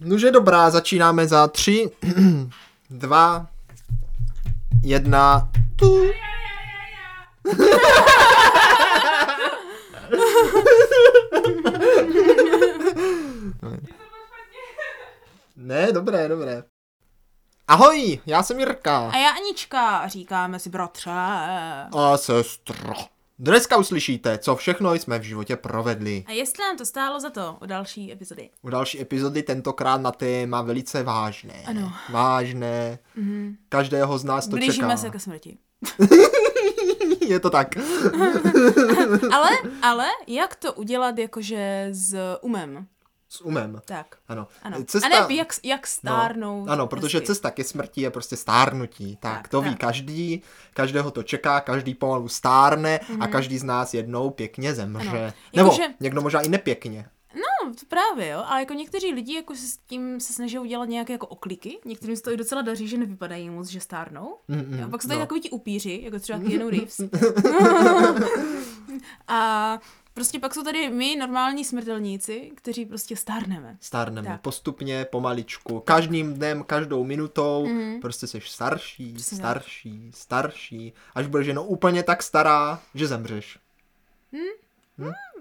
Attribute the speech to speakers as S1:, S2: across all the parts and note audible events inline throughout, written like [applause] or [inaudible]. S1: Nuže dobrá, začínáme za tři, [clears throat] dva, jedna. Tu. [laughs] Ne, dobré, dobré. Ahoj, já jsem Jirka.
S2: A já Anička, říkáme si bratře.
S1: A sestro. Dneska uslyšíte, co všechno jsme v životě provedli.
S2: A jestli nám to stálo za to o další epizody.
S1: U další epizody tentokrát na téma velice vážné.
S2: Ano.
S1: Vážné.
S2: Mhm.
S1: Každého z nás to
S2: Blížíme
S1: čeká.
S2: se ke smrti.
S1: [laughs] Je to tak.
S2: Ale, ale, jak to udělat jakože s umem?
S1: S umem.
S2: Tak,
S1: Ano.
S2: ano.
S1: Cesta...
S2: A ne, jako jak, jak stárnout. prostě.
S1: No, ano, protože
S2: hezky.
S1: cesta ke smrti je prostě stárnutí. Tak,
S2: Tak,
S1: to ví
S2: tak.
S1: každý, každého to čeká, každý pomalu stárne a každý z nás jednou pěkně zemře.
S2: Mhm. Ano.
S1: Nebo
S2: Jakože-
S1: někdo možná i nepěkně.
S2: No, to právě, jo. A jako někteří lidi jako se s tím se snaží udělat nějaké jako okliky. Některým se to i docela daří, že nevypadají moc, že stárnou.
S1: Mm, mm,
S2: A pak jsou
S1: no.
S2: tady takový ti upíři, jako
S1: [laughs]
S2: třeba Keanu Reeves. a prostě pak jsou tady my, normální smrtelníci, kteří prostě stárneme.
S1: Stárneme
S2: Tak.
S1: postupně, pomaličku, každým dnem, každou minutou,
S2: Mhm.
S1: prostě seš starší,
S2: Přesně tak.
S1: starší, starší, až budeš jenom úplně tak stará, že zemřeš.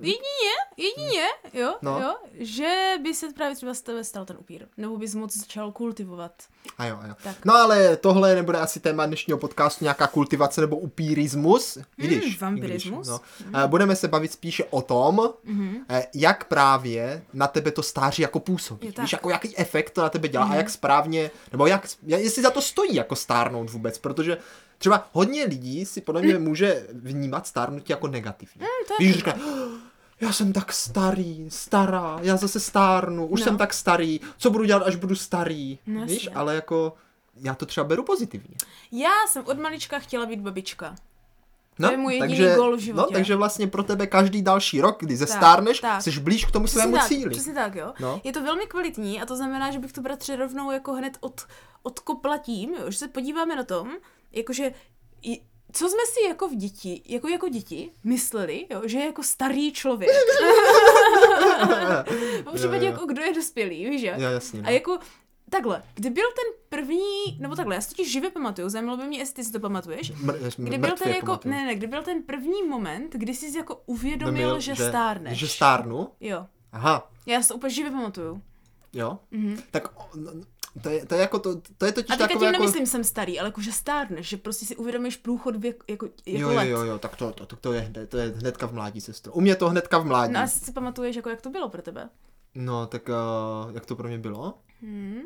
S2: Jedině, jedině, jo,
S1: No.
S2: jo, že by se právě třeba z tebe stal ten upír. Nebo bys moc začal kultivovat.
S1: A jo, a jo.
S2: Tak.
S1: No ale tohle nebude asi téma dnešního podcastu, nějaká kultivace nebo upírismus. Vidíš? i když,
S2: Hmm, vampirismus. Hmm.
S1: no. Eh, Budeme se bavit spíše o tom,
S2: Mhm.
S1: eh, jak právě na tebe to stáří jako působí.
S2: Jo, tak. Mhm.
S1: Víš, jako jaký efekt to na tebe dělá a jak správně, nebo jak, jestli za to stojí jako stárnout vůbec, protože třeba hodně lidí si podle
S2: [laughs]
S1: mě může vnímat stárnutí jako negativní.
S2: Hmm, to je
S1: Víš, říká, já jsem tak starý, stará, já zase stárnu, už
S2: No.
S1: jsem tak starý, co budu dělat, až budu starý.
S2: No,
S1: Víš,
S2: jasně.
S1: ale jako já to třeba beru pozitivně.
S2: Já jsem od malička chtěla být babička.
S1: No,
S2: je můj jediný gól v životě.
S1: No, takže vlastně pro tebe každý další rok, kdy
S2: Tak,
S1: zestárneš,
S2: tak.
S1: jsi blíž k tomu svému
S2: tak,
S1: cíli.
S2: Přesně tak, jo.
S1: No.
S2: Je to velmi kvalitní a to znamená, že bych to bratře rovnou jako hned od, odkopla tím, jo, že se podíváme na tom, jakože i- co jsme si jako v děti, jako jako děti mysleli, jo, že je jako
S1: [laughs]
S2: starý člověk. v případě
S1: jo.
S2: jako kdo je dospělý, víš, jo?
S1: Jo, jasně. No.
S2: A jako takhle, kdy byl ten první, nebo takhle, já si totiž živě pamatuju, zajímalo by mě, jestli ty si to pamatuješ,
S1: no. Mr-
S2: kdy byl ten jako, ne, ne, kdy byl ten první moment, kdy jsi jako uvědomil, že, stárneš.
S1: Že stárnu?
S2: Jo.
S1: Aha,
S2: Já si to úplně živě pamatuju.
S1: jo.
S2: Mhm.
S1: Tak o, no, no, to je, to je jako, to, to je totiž
S2: A teďka tím
S1: takové jako...
S2: nemyslím, jsem starý, ale jako že stárneš, že prostě si uvědomíš průchod věk, jako, jako
S1: Jo, jo,
S2: let.
S1: jo, jo, tak to, to, to, to, je, hned- to je hnedka v mládí, sestro. U mě to hnedka v mládí.
S2: No a si si pamatuješ, jako jak to bylo pro tebe?
S1: No, tak uh, jak to pro mě bylo?
S2: Hmm.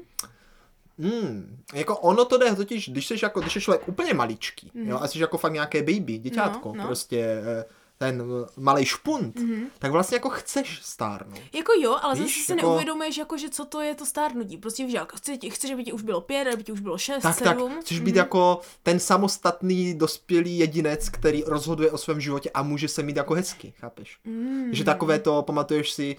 S1: Hmm, jako ono to jde totiž, když jsi jako, když jsi člověk úplně maličký,
S2: Mhm.
S1: jo, a jsi jako fakt nějaké baby, děťátko,
S2: No, no.
S1: prostě eh, ten malý špunt,
S2: Mhm.
S1: tak vlastně jako chceš stárnout.
S2: Jako jo, ale
S1: Víš,
S2: zase si
S1: jako-
S2: neuvědomuješ, jako, že co to je to stárnutí. Prostě víš, jak chci, chceš, aby ti už bylo pět, aby ti už bylo šest,
S1: Tak, tak,
S2: sedm.
S1: chceš
S2: Mhm.
S1: být jako ten samostatný dospělý jedinec, který rozhoduje o svém životě a může se mít jako hezky, chápeš?
S2: Mm.
S1: Že takové to, pamatuješ si...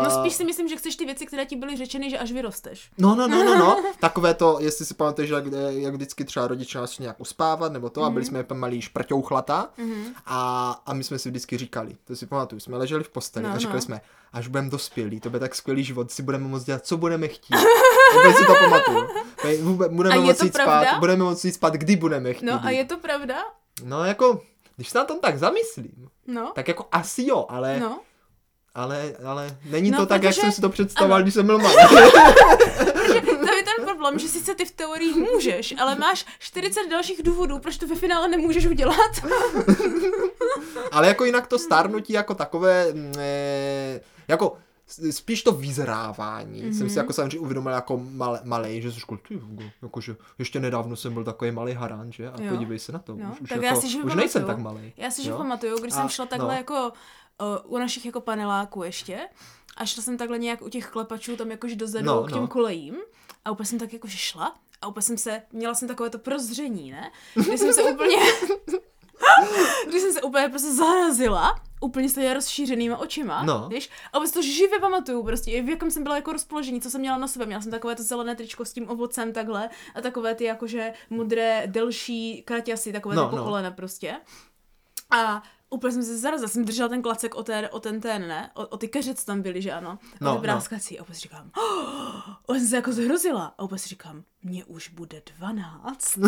S1: Uh,
S2: No spíš si myslím, že chceš ty věci, které ti byly řečeny, že až vyrosteš.
S1: No, no, no, no, no. [laughs] Takové to, jestli si pamatuješ, jak, jak vždycky třeba rodiče nás nějak uspávat nebo to, a byli jsme jako malí šprťouchlata
S2: Mhm.
S1: a, a my jsme si vždycky říkali, to si pamatuju, jsme leželi v posteli
S2: No,
S1: a
S2: no.
S1: říkali jsme, až budeme dospělí, to bude tak skvělý život, si budeme moct dělat, co budeme chtít. Vůbec si to pamatuju. Tady vůbec- Budeme
S2: A je
S1: moct
S2: to
S1: jít spát,
S2: pravda?
S1: budeme moct jít spát, kdy budeme chtít.
S2: No a
S1: jít.
S2: je to pravda?
S1: No jako, když se na tom tak zamyslím,
S2: No.
S1: tak jako asi jo, ale,
S2: No.
S1: ale, ale není
S2: No,
S1: to tak, jak
S2: protože-
S1: jsem si to představoval,
S2: ano.
S1: když jsem byl malý.
S2: To je ten problém, že sice ty v teorii můžeš, ale máš 40 dalších důvodů, proč to ve finále nemůžeš udělat.
S1: Ale jako jinak to stárnutí jako takové, mm, eh, jako s- spíš to vyzrávání. Mm-hmm.
S2: Mhm.
S1: Jsem si jako samozřejmě uvědomil jako mal, malej, že jsem řekl, ty, Hugo, jakože ještě nedávno jsem byl takový malý harán, že? A
S2: Jo.
S1: podívej se na to,
S2: No,
S1: už, už,
S2: tak
S1: jako,
S2: já si živě
S1: už nejsem tak
S2: pamatuju.
S1: malý.
S2: Já si že
S1: Jo?
S2: pamatuju, když
S1: A-
S2: jsem šla takhle
S1: no.
S2: jako uh, u našich jako paneláků ještě a šla jsem takhle nějak u těch klepačů tam jakož dozadu
S1: No,
S2: no, k těm
S1: no.
S2: no. kolejím a úplně jsem tak jakože šla a úplně jsem se, měla jsem takové to prozření, ne? Když jsem se úplně,
S1: [laughs]
S2: když jsem se úplně prostě zarazila, úplně se rozšířenýma očima,
S1: No.
S2: víš? A vůbec to živě pamatuju prostě, i v jakém jsem byla jako rozpoložení, co jsem měla na sobě. Měla jsem takové to zelené tričko s tím ovocem takhle a takové ty jakože modré, delší kraťasy, takové
S1: No,
S2: no, ty
S1: no.
S2: pokolena prostě. A Úplně jsem se zarazila, jsem držela ten klacek o, té, o ten ten, ne? O, o ty keřec tam byly, že ano? A
S1: No,
S2: no,
S1: no.
S2: ty bráskací. A úplně si říkám, oh, a jsem se jako zhrozila. A úplně si říkám, mně už bude 12.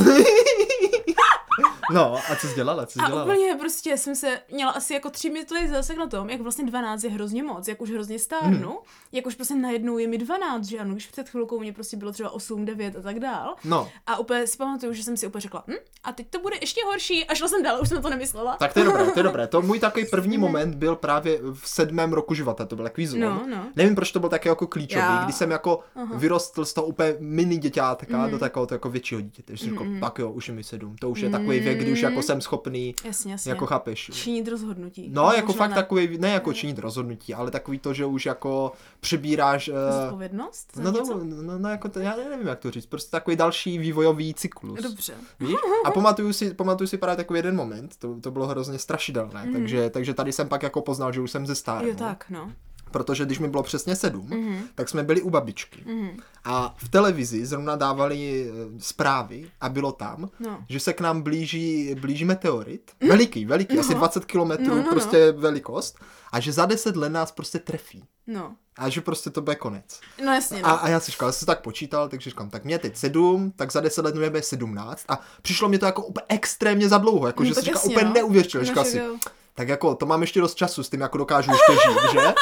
S1: No, a co jsi dělala, co jsi [laughs]
S2: A
S1: dělala?
S2: úplně prostě jsem se měla asi jako tři minuty zásek na tom, jak vlastně 12 je hrozně moc, jak už hrozně stárnu, hmm. jak už prostě najednou je mi 12, že ano, když před chvilkou mě prostě bylo třeba 8, 9 a tak dál.
S1: No,
S2: A úplně si pamatuju, že jsem si úplně řekla, hm, a teď to bude ještě horší a šla jsem dál, už jsem na to nemyslela.
S1: tak to je dobré, to je dobré. To můj takový první moment byl právě v sedmém roku života, to byl takový zlom.
S2: No, no.
S1: Nevím, proč to byl také jako klíčový,
S2: Já-
S1: když jsem jako vyrostl z toho úplně mini děťátka
S2: Mhm.
S1: do takového to jako většího dítěte. Že jsem řekl, tak jo, už je mi sedm, to už je takový věk, kdy už jako jsem schopný,
S2: Jasně, Mhm. jasně.
S1: jako chápeš.
S2: Činit rozhodnutí.
S1: No, jako
S2: Možná
S1: fakt
S2: ne- Mhm.
S1: takový, ne jako činit rozhodnutí, ale takový to, že už jako přebíráš... eh,
S2: Zodpovědnost? za
S1: No,
S2: něco?
S1: to, no, no, jako to, já nevím, jak to říct, prostě takový další vývojový cyklus.
S2: Dobře.
S1: Víš? A pamatuju si, pamatuju si právě takový jeden moment, to, to bylo hrozně strašidelné, mm. takže, takže tady jsem pak jako poznal, že už jsem ze
S2: Mhm.
S1: stárnu,
S2: Jo, tak, no.
S1: protože když mi bylo přesně sedm,
S2: Mhm.
S1: tak jsme byli u babičky
S2: Mhm.
S1: a v televizi zrovna dávali eh, zprávy a bylo tam,
S2: No. Mhm.
S1: že se k nám blíží, blíží meteorit, veliký, veliký, asi 20 kilometrů
S2: No, no, no.
S1: prostě velikost a že za 10 let nás prostě trefí
S2: No.
S1: a že prostě to bude konec.
S2: No jasně, no.
S1: A, jako, a já si říkal, já jsem tak počítal, takže říkám, tak mě je teď sedm, tak za deset let mě bude sedmnáct a přišlo mě to jako úplně extrémně za dlouho, jako
S2: No
S1: že
S2: tak
S1: jsem říkal,
S2: jasně,
S1: úplně
S2: no.
S1: neuvěřil,
S2: No,
S1: říkal
S2: však
S1: si,
S2: jo.
S1: tak jako to mám ještě dost času, s tím jako dokážu ještě
S2: [laughs]
S1: žít, že?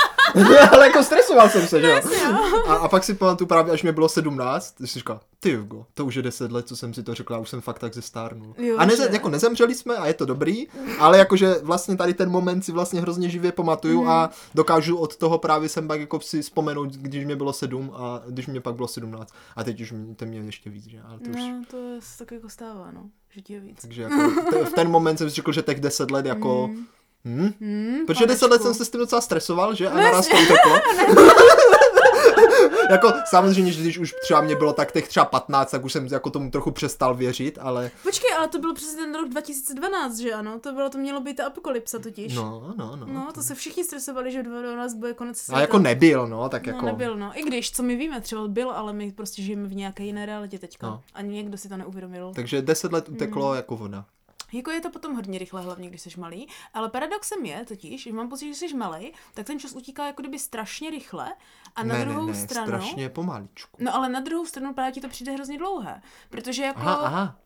S1: Ale jako stresoval jsem se, že jo?
S2: no.
S1: A, a pak si pamatuju právě, až mi bylo sedmnáct, když jsem říkal, ty Hugo, to už je deset let, co jsem si to řekla, už jsem fakt tak zestárnul.
S2: Jo,
S1: a ne,
S2: že?
S1: jako nezemřeli jsme a je to dobrý, ale jakože vlastně tady ten moment si vlastně hrozně živě pamatuju
S2: Mhm.
S1: a dokážu od toho právě jsem pak jako si vzpomenout, když mě bylo sedm a když mě pak bylo sedmnáct. A teď už mě- to mě ještě víc, že? Ale to už...
S2: No, to se tak jako stává, no. Že ti je víc.
S1: Takže jako t- v ten moment jsem si řekl, že těch deset let jako... Hm?
S2: Hmm,
S1: Protože deset let
S2: panečku.
S1: jsem se s tím docela stresoval, že? A naraz to uteklo. [laughs] jako samozřejmě, že když už třeba mě bylo tak těch třeba 15, tak už jsem jako tomu trochu přestal věřit, ale
S2: Počkej, ale to byl přesně ten rok 2012, že ano? To bylo, to mělo být ta apokalypsa totiž.
S1: no, no, no.
S2: No, to se všichni stresovali, že v 2012 bude konec světa.
S1: A jako nebyl, no, tak
S2: No,
S1: jako...
S2: nebyl, no. I když, co my víme, třeba byl, ale my prostě žijeme v nějaké jiné realitě teďka.
S1: No.
S2: No. A někdo si to neuvědomil.
S1: Takže 10 let uteklo
S2: Hmm.
S1: jako voda.
S2: Jako je to potom hodně rychle, hlavně když jsi malý, ale paradoxem je totiž, že mám pocit, že jsi malý, tak ten čas utíká jako kdyby strašně rychle a na
S1: ne,
S2: druhou
S1: ne, ne,
S2: stranu...
S1: strašně pomaličku.
S2: No ale na druhou stranu právě ti to přijde hrozně dlouhé, protože jako...
S1: Aha, aha.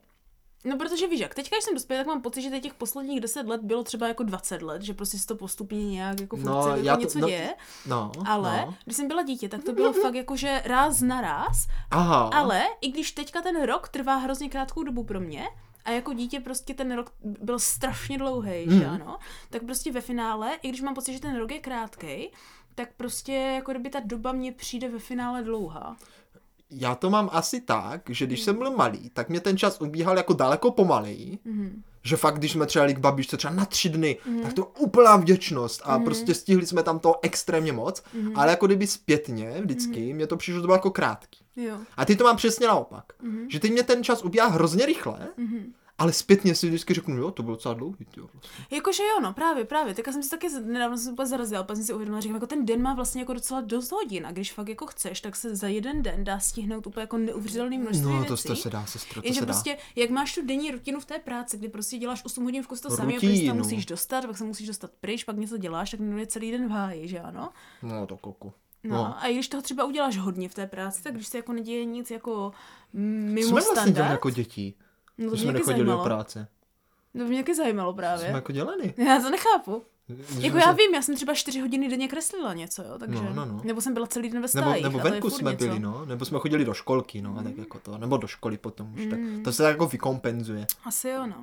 S2: No protože víš jak, teďka, když jsem dospěl, tak mám pocit, že teď těch posledních 10 let bylo třeba jako 20 let, že prostě se to postupně nějak jako furt
S1: No,
S2: se
S1: já
S2: jako
S1: to-
S2: něco
S1: no,
S2: děje,
S1: No,
S2: ale
S1: No.
S2: když jsem byla dítě, tak to bylo fakt jako, že ráz na ráz,
S1: Aha.
S2: ale i když teďka ten rok trvá hrozně krátkou dobu pro mě, a jako dítě prostě ten rok byl strašně dlouhý, mm. že
S1: Mm.
S2: ano, tak prostě ve finále, i když mám pocit, že ten rok je krátký, tak prostě jako kdyby ta doba mě přijde ve finále dlouhá.
S1: Já to mám asi tak, že
S2: Hmm.
S1: když jsem byl malý, tak mě ten čas ubíhal jako daleko pomaleji,
S2: Mhm.
S1: Že fakt, když jsme třeba jeli k babičce třeba na tři dny, mm. tak to je úplná vděčnost
S2: Mhm.
S1: a mm. prostě stihli jsme tam to extrémně moc, mm. ale jako kdyby zpětně vždycky,
S2: Mhm.
S1: mm. mě to přišlo, že to bylo jako krátký.
S2: Jo.
S1: A ty to mám přesně naopak. Mm. Že teď mě ten čas ubíhá hrozně rychle,
S2: Mhm.
S1: ale zpětně si vždycky řeknu, jo, to bylo docela dlouhý, jo. Vlastně.
S2: Jakože jo, no právě, právě. Tak jsem si taky z- nedávno jsem se úplně zarazila, pak jsem si uvědomila, že jako ten den má vlastně jako docela dost hodin a když fakt jako chceš, tak se za jeden den dá stihnout úplně jako neuvěřitelný množství
S1: No,
S2: věcí.
S1: to, to se dá, sestro, to
S2: Jenže
S1: se dá.
S2: prostě, jak máš tu denní rutinu v té práci, kdy prostě děláš 8 hodin v kus to samé,
S1: Rutinu.
S2: protože se tam musíš dostat, pak se musíš dostat pryč, pak něco děláš, tak je celý den v háji, že ano?
S1: No, to koku.
S2: No,
S1: No.
S2: a i když toho třeba uděláš hodně v té práci, tak když se jako neděje nic jako mimo
S1: Co jsme vlastně
S2: standard,
S1: dělali jako děti?
S2: no to
S1: Když
S2: mě
S1: jsme
S2: taky
S1: nechodili do
S2: zajímalo. No,
S1: práce.
S2: To mě taky zajímalo
S1: Co
S2: právě.
S1: jsme jako dělali?
S2: Já to nechápu.
S1: Že
S2: Jako
S1: jsme
S2: já
S1: se-
S2: vím, já jsem třeba 4 hodiny denně kreslila něco, jo, takže.
S1: No, no, no.
S2: Nebo jsem byla celý den
S1: Nebo,
S2: ve stájích,
S1: nebo
S2: a to je
S1: venku
S2: furt
S1: jsme
S2: něco. Mm.
S1: byli, no. Nebo jsme chodili do školky, no. A tak jako to. Nebo do školy potom už. Tak, to se tak jako vykompenzuje.
S2: Asi jo, no.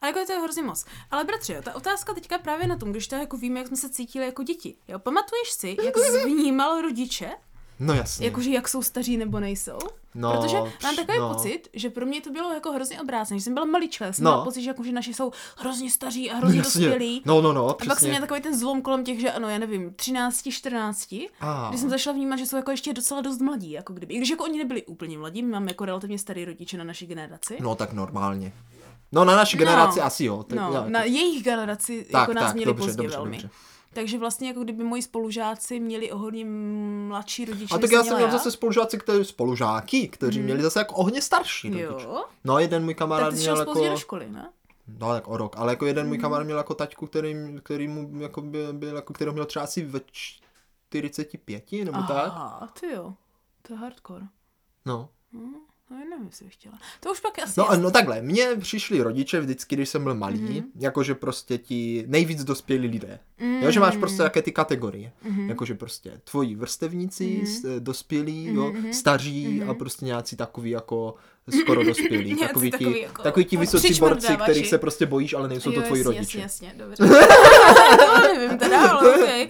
S2: Ale jako je to hrozně moc. Ale bratře, jo, ta otázka teďka právě na tom, když to jako víme, jak jsme se cítili jako děti. Jo, pamatuješ si, jak jsi
S1: [laughs]
S2: vnímal rodiče?
S1: No jasně.
S2: Jakože jak jsou staří nebo nejsou?
S1: No,
S2: Protože mám
S1: pš,
S2: takový
S1: no. [laughs]
S2: pocit, že pro mě to bylo jako hrozně obrácené. Když jsem byla maličká, já jsem
S1: No.
S2: no. měla pocit, že, jako, že naši jsou hrozně staří a
S1: no,
S2: hrozně
S1: jasně.
S2: dospělí.
S1: no, no, no,
S2: A pak jsem
S1: přesně.
S2: měla takový ten zlom kolem těch, že ano, já nevím, 13, 14,
S1: A.
S2: kdy jsem začala vnímat, že jsou jako ještě docela dost mladí, jako kdyby. I když jako oni nebyli úplně mladí, my máme jako relativně starý rodiče na naší generaci.
S1: No tak normálně. No na naší generaci asi jo. Tak,
S2: no,
S1: já,
S2: na jejich generaci tak, jako nás tak, měli dobře, pozdě dobře, velmi. Dobře. Takže vlastně jako kdyby moji spolužáci měli o hodně mladší rodiče.
S1: a tak
S2: než
S1: já
S2: jsem
S1: jsem měl zase spolužáci, kteří, spolužáky, kteří měli zase jako o hodně starší rodiče.
S2: Mm. Jo.
S1: No jeden můj kamarád
S2: Tak ty jsi šel
S1: měl
S2: jako... později
S1: jako...
S2: do školy, ne?
S1: no tak o rok, ale jako jeden
S2: Mhm.
S1: můj kamarád měl jako taťku, který, který mu jako byl, byl jako, kterého měl třeba asi ve 45 nebo tak.
S2: Aha, ty jo. To je hardcore.
S1: No.
S2: Hm, no, já nevím, jestli bych chtěla. To už pak asi...
S1: No,
S2: je-
S1: a no takhle, mně přišli rodiče vždycky, když jsem byl malý,
S2: Mhm.
S1: jakože prostě ti nejvíc dospělí lidé.
S2: Mm.
S1: Jo, že máš prostě také ty kategorie.
S2: Mhm.
S1: Jakože prostě tvoji vrstevníci,
S2: Mhm.
S1: s- eh, dospělí,
S2: Mhm,
S1: jo,
S2: mhm.
S1: staří a
S2: Mhm.
S1: prostě nějací takový jako skoro dospělí.
S2: [laughs] Nějací
S1: takový, ti,
S2: takový jako
S1: takový ti vysocí borci,
S2: přičmrdávači.
S1: kterých se prostě bojíš, ale nejsou to
S2: Jo,
S1: tvoji
S2: jasně,
S1: rodiče.
S2: Jasně, jasně, dobře. [laughs] to nevím teda, ale okej.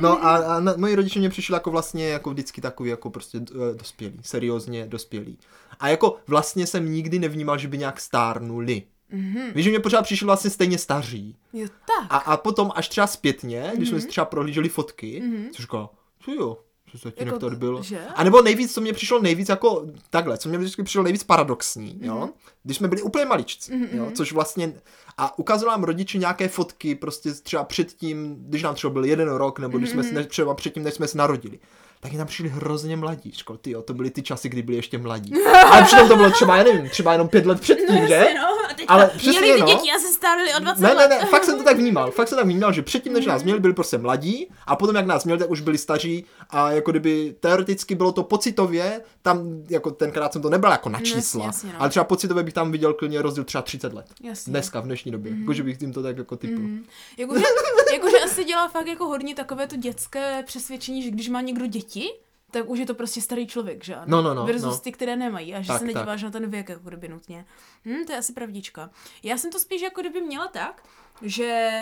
S1: No a, a na, moji rodiče mě přišli jako vlastně jako vždycky takový jako prostě eh, dospělí, seriózně dospělí. A jako vlastně jsem nikdy nevnímal, že by nějak stárnuli.
S2: Mhm.
S1: Víš, že mě pořád přišli vlastně stejně staří.
S2: Jo, tak.
S1: A, a potom až třeba zpětně, když jsme
S2: Mhm.
S1: si třeba prohlíželi fotky,
S2: Mhm.
S1: což říkala, co jo, co se tím
S2: Jako
S1: jako, tady byl.
S2: že?
S1: A nebo nejvíc, co mě přišlo nejvíc jako takhle, co mě vždycky přišlo nejvíc paradoxní, jo? když jsme byli úplně maličci,
S2: Mhm,
S1: jo?
S2: mhm.
S1: což vlastně, a ukázali nám rodiče nějaké fotky prostě třeba předtím, když nám třeba byl jeden rok, nebo když jsme
S2: Mhm,
S1: se, než- třeba předtím, než jsme se narodili. Tak nám přišli hrozně mladí, škol, tyjo, to byly ty časy, kdy byli ještě
S2: [laughs]
S1: mladí. Ale přitom to bylo třeba, já nevím, třeba jenom pět let předtím, že?
S2: Jasně, no, a teď
S1: Ale
S2: ale
S1: přesně,
S2: měli ty
S1: no.
S2: děti a se stárili o 20
S1: Ne, ne,
S2: let.
S1: ne, fakt jsem to tak vnímal. Fakt jsem tak vnímal, že předtím, než nás měli, byli prostě mladí a potom, jak nás měli, tak už byli staří a jako kdyby teoreticky bylo to pocitově, tam jako tenkrát jsem to nebyl jako na
S2: No,
S1: čísla,
S2: jasně, no.
S1: ale třeba pocitově bych tam viděl klidně rozdíl třeba 30 let.
S2: Jasně. Mhm.
S1: Dneska, v dnešní době. Mm. Jako, že bych jim to tak jako typl. Mm. [laughs]
S2: Jakože, jakože asi dělá fakt jako hodně takové to dětské přesvědčení, že když má někdo děti, tak už je to prostě starý člověk, že ano?
S1: No, no, no,
S2: Versus
S1: no.
S2: ty, které nemají a že
S1: Tak,
S2: se nedíváš na ten věk jako kdyby nutně. Hm, to je asi pravdička. Já jsem to spíš jako kdyby měla tak, že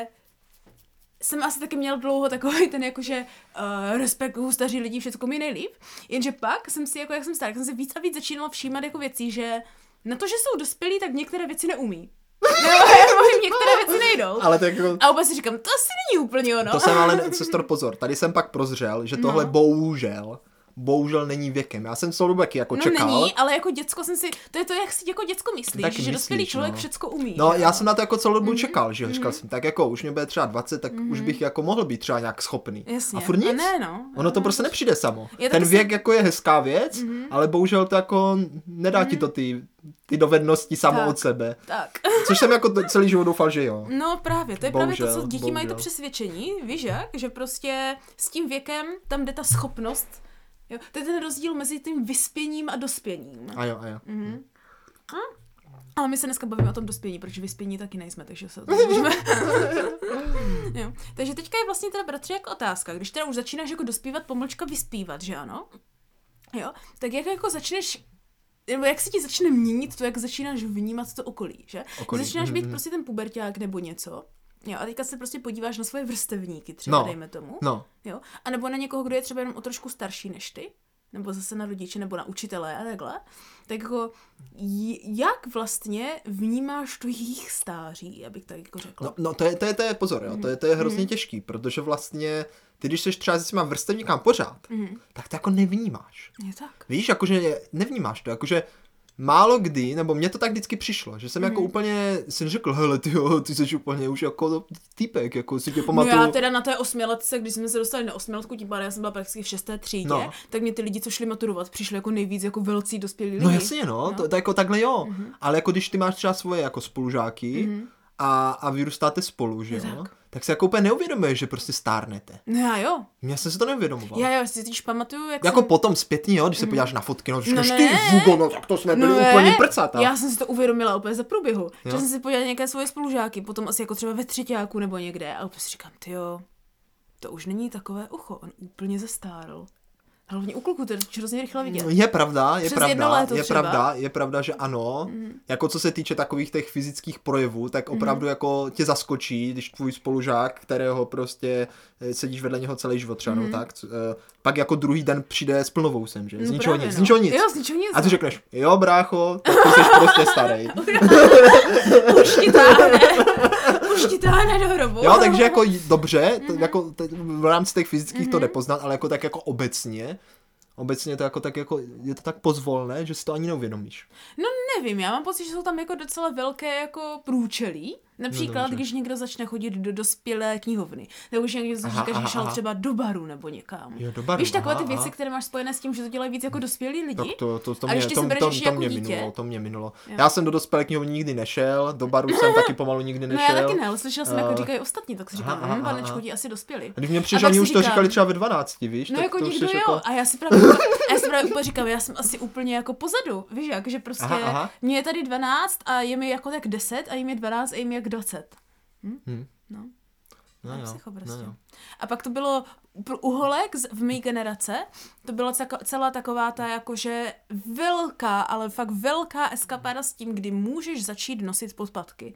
S2: jsem asi taky měla dlouho takový ten jakože uh, respekt u staří lidí, všechno mi nejlíp. Jenže pak jsem si, jako jak jsem stará, tak jsem si víc a víc začínala všímat jako věcí, že na to, že jsou dospělí, tak některé
S1: [laughs]
S2: věci neumí. [laughs] Nebo nebo jim některé věci nejdou.
S1: Ale tak jako,
S2: A úplně si říkám, to asi není úplně ono.
S1: to jsem ale, sestro, pozor, tady jsem pak prozřel, že tohle
S2: No.
S1: bohužel, bohužel není věkem. Já jsem celou dobu taky jako
S2: no
S1: čekal.
S2: není, ale jako děcko jsem si, to je to, jak si jako děcko myslíš,
S1: Taky
S2: že dospělý
S1: myslíš,
S2: člověk
S1: no.
S2: všecko umí.
S1: No,
S2: že
S1: já
S2: jo?
S1: jsem na to jako celou
S2: Mhm.
S1: dobu čekal, že jo, říkal jsem, tak jako už mě bude třeba 20, tak už bych jako mohl být třeba nějak schopný.
S2: Jasně.
S1: A furt nic.
S2: A ne, prostě- no.
S1: Ono to prostě nepřijde samo.
S2: Já
S1: Ten
S2: taky
S1: věk jako je hezká věc,
S2: Mhm.
S1: ale bohužel to jako nedá ti to ty, ty dovednosti samo
S2: Tak.
S1: od sebe.
S2: Tak.
S1: Což jsem jako t- celý život doufal, že jo.
S2: No právě, to je
S1: Bohužel,
S2: právě to, co děti mají to
S1: bohužel.
S2: přesvědčení, víš jak? Že prostě s tím věkem tam jde ta schopnost. Jo? To je ten rozdíl mezi tím vyspěním a dospěním.
S1: A jo, a jo.
S2: Mhm. Hm? Ale my se dneska bavíme o tom dospění, protože vyspění taky nejsme, takže se
S1: [laughs]
S2: o tom můžeme. [laughs] jo. Takže teďka je vlastně teda bratře jako otázka, když teda už začínáš jako dospívat, pomlčka vyspívat, že ano? Jo, tak jak jako začneš nebo jak se ti začne měnit to, jak začínáš vnímat to okolí, že?
S1: Okolí,
S2: Okolí. Začínáš být
S1: mhm.
S2: prostě ten puberták nebo něco. Jo, a teďka se prostě podíváš na svoje vrstevníky, třeba
S1: No.
S2: dejme tomu.
S1: No,
S2: Jo? A nebo na někoho, kdo je třeba jenom o trošku starší než ty, nebo zase na rodiče, nebo na učitele a takhle, tak jako j- jak vlastně vnímáš to jejich stáří, abych tak jako řekla.
S1: no, no to, je, to, je, to je pozor, jo. To je, to
S2: Mhm.
S1: je hrozně těžký, protože vlastně ty, když jsi třeba se svýma vrstevníkám pořád,
S2: Mhm.
S1: tak to jako nevnímáš.
S2: Je tak.
S1: Víš, jakože je- nevnímáš to, jakože málo kdy, nebo mně to tak vždycky přišlo, že jsem jako
S2: Mhm.
S1: úplně, jsem řekl, hele ty jo, ty jsi úplně už jako týpek, jako si tě
S2: No
S1: pamatuju.
S2: já teda na té osmiletce, když jsme se dostali na osmiletku, tím pádem já jsem byla prakticky v šesté třídě,
S1: No.
S2: no. tak mě ty lidi, co šli maturovat, přišli jako nejvíc jako velcí dospělí lidi.
S1: No jasně, no, to, to jako takhle jo.
S2: Mhm.
S1: Ale jako když ty máš třeba svoje jako spolužáky a, a vyrůstáte spolu, že
S2: No
S1: jo,
S2: Mhm. tak.
S1: tak se jako úplně neuvědomuješ, že prostě stárnete.
S2: No já jo,
S1: Já jsem si to neuvědomoval.
S2: já jo, si totiž pamatuju, jak
S1: Jako
S2: jsem... Mhm.
S1: potom zpětně, jo, když se podíváš na fotky, no, říkáš,
S2: ne.
S1: ty Hugo, no tak to jsme byli
S2: ne,
S1: úplně prcata.
S2: Já jsem si to uvědomila úplně za průběhu. Že
S1: Jo.
S2: jsem si podívala na nějaké svoje spolužáky, potom asi jako třeba ve třetíku nebo někde a úplně si říkám, ty jo, to už není takové ucho, on úplně zastárl. Hlavně u kluku, to je totiž hrozně rychle vidět.
S1: No, Je pravda, je
S2: Přes jedno
S1: pravda,
S2: léto
S1: je
S2: třeba. Mhm.
S1: pravda, je pravda, že ano. Mm. Jako co se týče takových těch fyzických projevů, tak opravdu jako tě zaskočí, když tvůj spolužák, kterého prostě eh, sedíš vedle něho celý život třeba, no tak, c- eh, pak jako druhý den přijde s plnovou sem, že? Z
S2: Mhm. No
S1: ničeho
S2: právě,
S1: nic, z
S2: no.
S1: ničeho nic.
S2: Jo, z ničeho nic.
S1: A ty
S2: no.
S1: řekneš, jo brácho, tak ty jsi prostě
S2: [laughs]
S1: starý.
S2: Už ti [laughs] táhne, už ti táhne do hrobu.
S1: Jo, takže jako j- dobře,
S2: Mhm.
S1: to, jako t- v rámci těch fyzických to nepoznat, ale jako tak jako obecně, obecně to jako tak jako, je to tak pozvolné, že si to ani neuvědomíš.
S2: No nevím, já mám pocit, že jsou tam jako docela velké jako průčelí. Například,
S1: dobře.
S2: když někdo začne chodit do dospělé knihovny, nebo když někdo
S1: Aha,
S2: říká, že
S1: aha,
S2: šel
S1: aha.
S2: třeba do baru nebo někam.
S1: Jo, do baru,
S2: Víš, takové
S1: aha,
S2: ty věci,
S1: aha. Hm.
S2: které máš spojené s tím, že to dělají víc jako dospělí
S1: Tak
S2: lidi.
S1: to, to, to
S2: A
S1: mě,
S2: když ty
S1: to,
S2: si
S1: to,
S2: bereš,
S1: to,
S2: že
S1: mě
S2: jako dítě-
S1: minulo, to mě minulo. Já jsem do dospělé knihovny nikdy nešel, do baru
S2: [laughs]
S1: jsem taky pomalu nikdy
S2: No
S1: nešel.
S2: já taky ne, ale slyšela jsem,
S1: Eh,
S2: jako říkají ostatní, tak si
S1: aha,
S2: říkám,
S1: aha,
S2: hm,
S1: aha,
S2: panečku,
S1: aha.
S2: ti asi dospěli.
S1: A když mě
S2: A
S1: přišlo,
S2: pak
S1: oni
S2: si
S1: už to
S2: říkám-
S1: říkali třeba ve 12, víš?
S2: No
S1: tak
S2: jako
S1: to už
S2: někdo
S1: jsi
S2: jo,
S1: jako-
S2: a já
S1: [laughs]
S2: si právě, a já si právě úplně říkám, já jsem asi úplně jako pozadu, víš jak, že prostě
S1: Aha, aha.
S2: mě je tady 12 a je mi jako tak 10 a jim je 12 a jim je jak 20.
S1: Hm.
S2: No.
S1: No,
S2: Jsem
S1: jo,
S2: psycho prostě.
S1: no, jo.
S2: A pak to bylo pro uholek z- v mé generace, to byla cako- celá taková ta jakože velká, ale fakt velká eskapáda s tím, kdy můžeš začít nosit podpatky.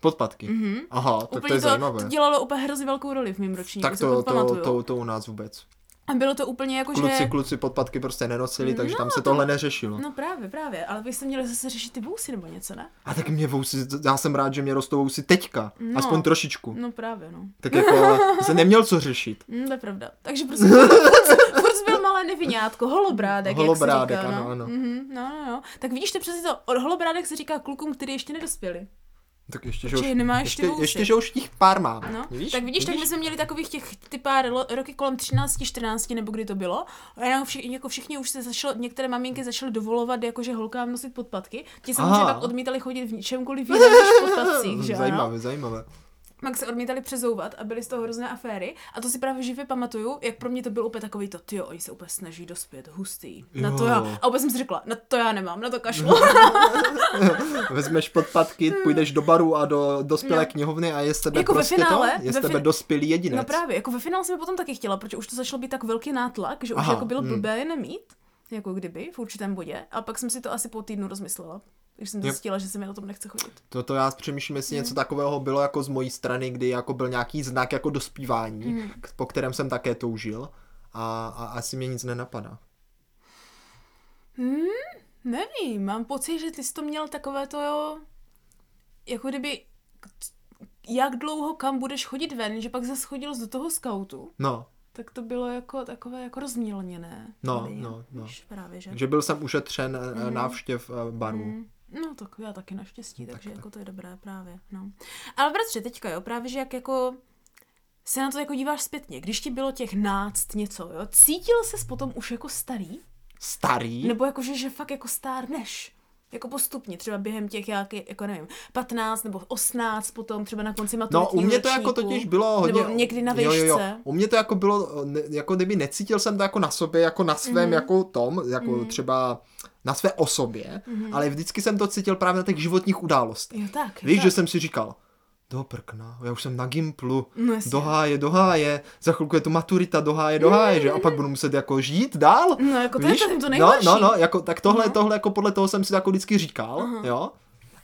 S1: Podpadky. Aha, tak to je
S2: Mhm. to,
S1: zajímavé.
S2: to dělalo úplně hrozně velkou roli v mém ročníku,
S1: Tak
S2: si to,
S1: to, to,
S2: pamatuju.
S1: to, to u nás vůbec.
S2: A bylo to úplně jako,
S1: Kluci,
S2: že...
S1: kluci podpadky prostě nenosili, takže tam se
S2: to-
S1: tohle neřešilo.
S2: No právě, právě, ale vy jste měli zase řešit ty vousy nebo něco, ne?
S1: A tak mě vousy, já jsem rád, že mě rostou vousy teďka.
S2: No.
S1: Aspoň trošičku.
S2: No právě, no.
S1: Tak jako ale se neměl co řešit.
S2: Mm, to je pravda. Takže prostě furt, furt byl malé nevinátko, holobrádek,
S1: Holobrádek,
S2: jak se říká,
S1: ano,
S2: no.
S1: ano.
S2: Mhm, no, no, no. Tak vidíš, to je přesně to, od holobrádek se říká klukům, kteří ještě nedospěli.
S1: Tak ještě, že už,
S2: Počkej, nemáš ty
S1: ještě,
S2: vousy.
S1: ještě, že už těch pár mám.
S2: No,
S1: Vidíš?
S2: tak vidíš, tak my jsme měli takových těch ty pár lo, roky kolem 13, 14, nebo kdy to bylo. A jenom všichni, jako všichni už se začalo, některé maminky začaly dovolovat, jakože holkám nosit podpatky. Ti samozřejmě
S1: Aha.
S2: pak odmítali chodit v ničemkoliv jiném než
S1: [laughs]
S2: v podpatcích, že ano?
S1: Zajímavé, zajímavé.
S2: Pak se odmítali přezouvat a byly z toho hrozné aféry. A to si právě živě pamatuju, jak pro mě to bylo úplně takový to, ty oni se úplně snaží dospět, hustý. Na to
S1: Jo.
S2: já. A vůbec jsem si řekla, na to já nemám, na
S1: [laughs]
S2: to kašlu.
S1: Vezmeš podpadky, půjdeš do baru a do dospělé
S2: No.
S1: knihovny a je z tebe
S2: Jako ve
S1: prostě
S2: finále,
S1: to, je z
S2: ve
S1: tebe
S2: fin-
S1: dospělý jedinec.
S2: no právě, jako ve finále jsem potom taky chtěla, protože už to začalo být tak velký nátlak, že už
S1: Aha,
S2: jako bylo
S1: mm.
S2: blbé je nemít, jako kdyby, v určitém bodě. A pak jsem si to asi po týdnu rozmyslela. Když jsem
S1: Yep.
S2: zjistila, že se mi o tom nechce chodit.
S1: Toto já přemýšlím, jestli
S2: Mm.
S1: něco takového bylo jako z mojí strany, kdy jako byl nějaký znak jako dospívání,
S2: Mm.
S1: k- po kterém jsem také toužil a, a asi mě nic nenapadá.
S2: Nevím, mám pocit, že ty jsi to měl takové to, jo, jako kdyby, jak dlouho kam budeš chodit ven, že pak zase chodil do toho skautu.
S1: No,
S2: Tak to bylo jako takové jako rozmělněné.
S1: No,
S2: tady,
S1: no, no.
S2: Víš, právě, že?
S1: takže byl jsem ušetřen
S2: Mhm.
S1: mm. návštěv eh, barů. Mm.
S2: No tak já taky naštěstí, takže
S1: No, tak.
S2: jako to je dobré právě, no. Ale bratře, teďka jo, právě, že jak jako se na to jako díváš zpětně, když ti bylo těch náct něco, jo, cítil ses potom už jako starý?
S1: Starý?
S2: Nebo jako, že, že fakt jako stárneš? Jako postupně, třeba během těch, jak, jako nevím, 15 nebo 18 potom, třeba na konci
S1: No,
S2: maturitního
S1: u mě to jako
S2: ročníku,
S1: totiž bylo hodně...
S2: Nebo někdy na
S1: jo,
S2: výšce.
S1: jo, jo. U mě to jako bylo, ne, jako kdyby necítil jsem to jako na sobě, jako na svém
S2: Mhm.
S1: mm. jako tom, jako mm. třeba na své osobě,
S2: Mhm.
S1: mm. ale vždycky jsem to cítil právě na těch životních událostech.
S2: Jo, tak. jo,
S1: Víš,
S2: tak.
S1: že jsem si říkal, do prkna, já už jsem na Gimplu,
S2: No, jasně.
S1: do háje, do háje, za chvilku je tu maturita, do háje, do háje, že? A pak budu muset jako žít dál.
S2: Mm. No, jako to je
S1: víš?
S2: to- to
S1: No,
S2: nejhorší.
S1: no, no, jako, tak tohle, tohle jako podle toho jsem si jako vždycky říkal, jo.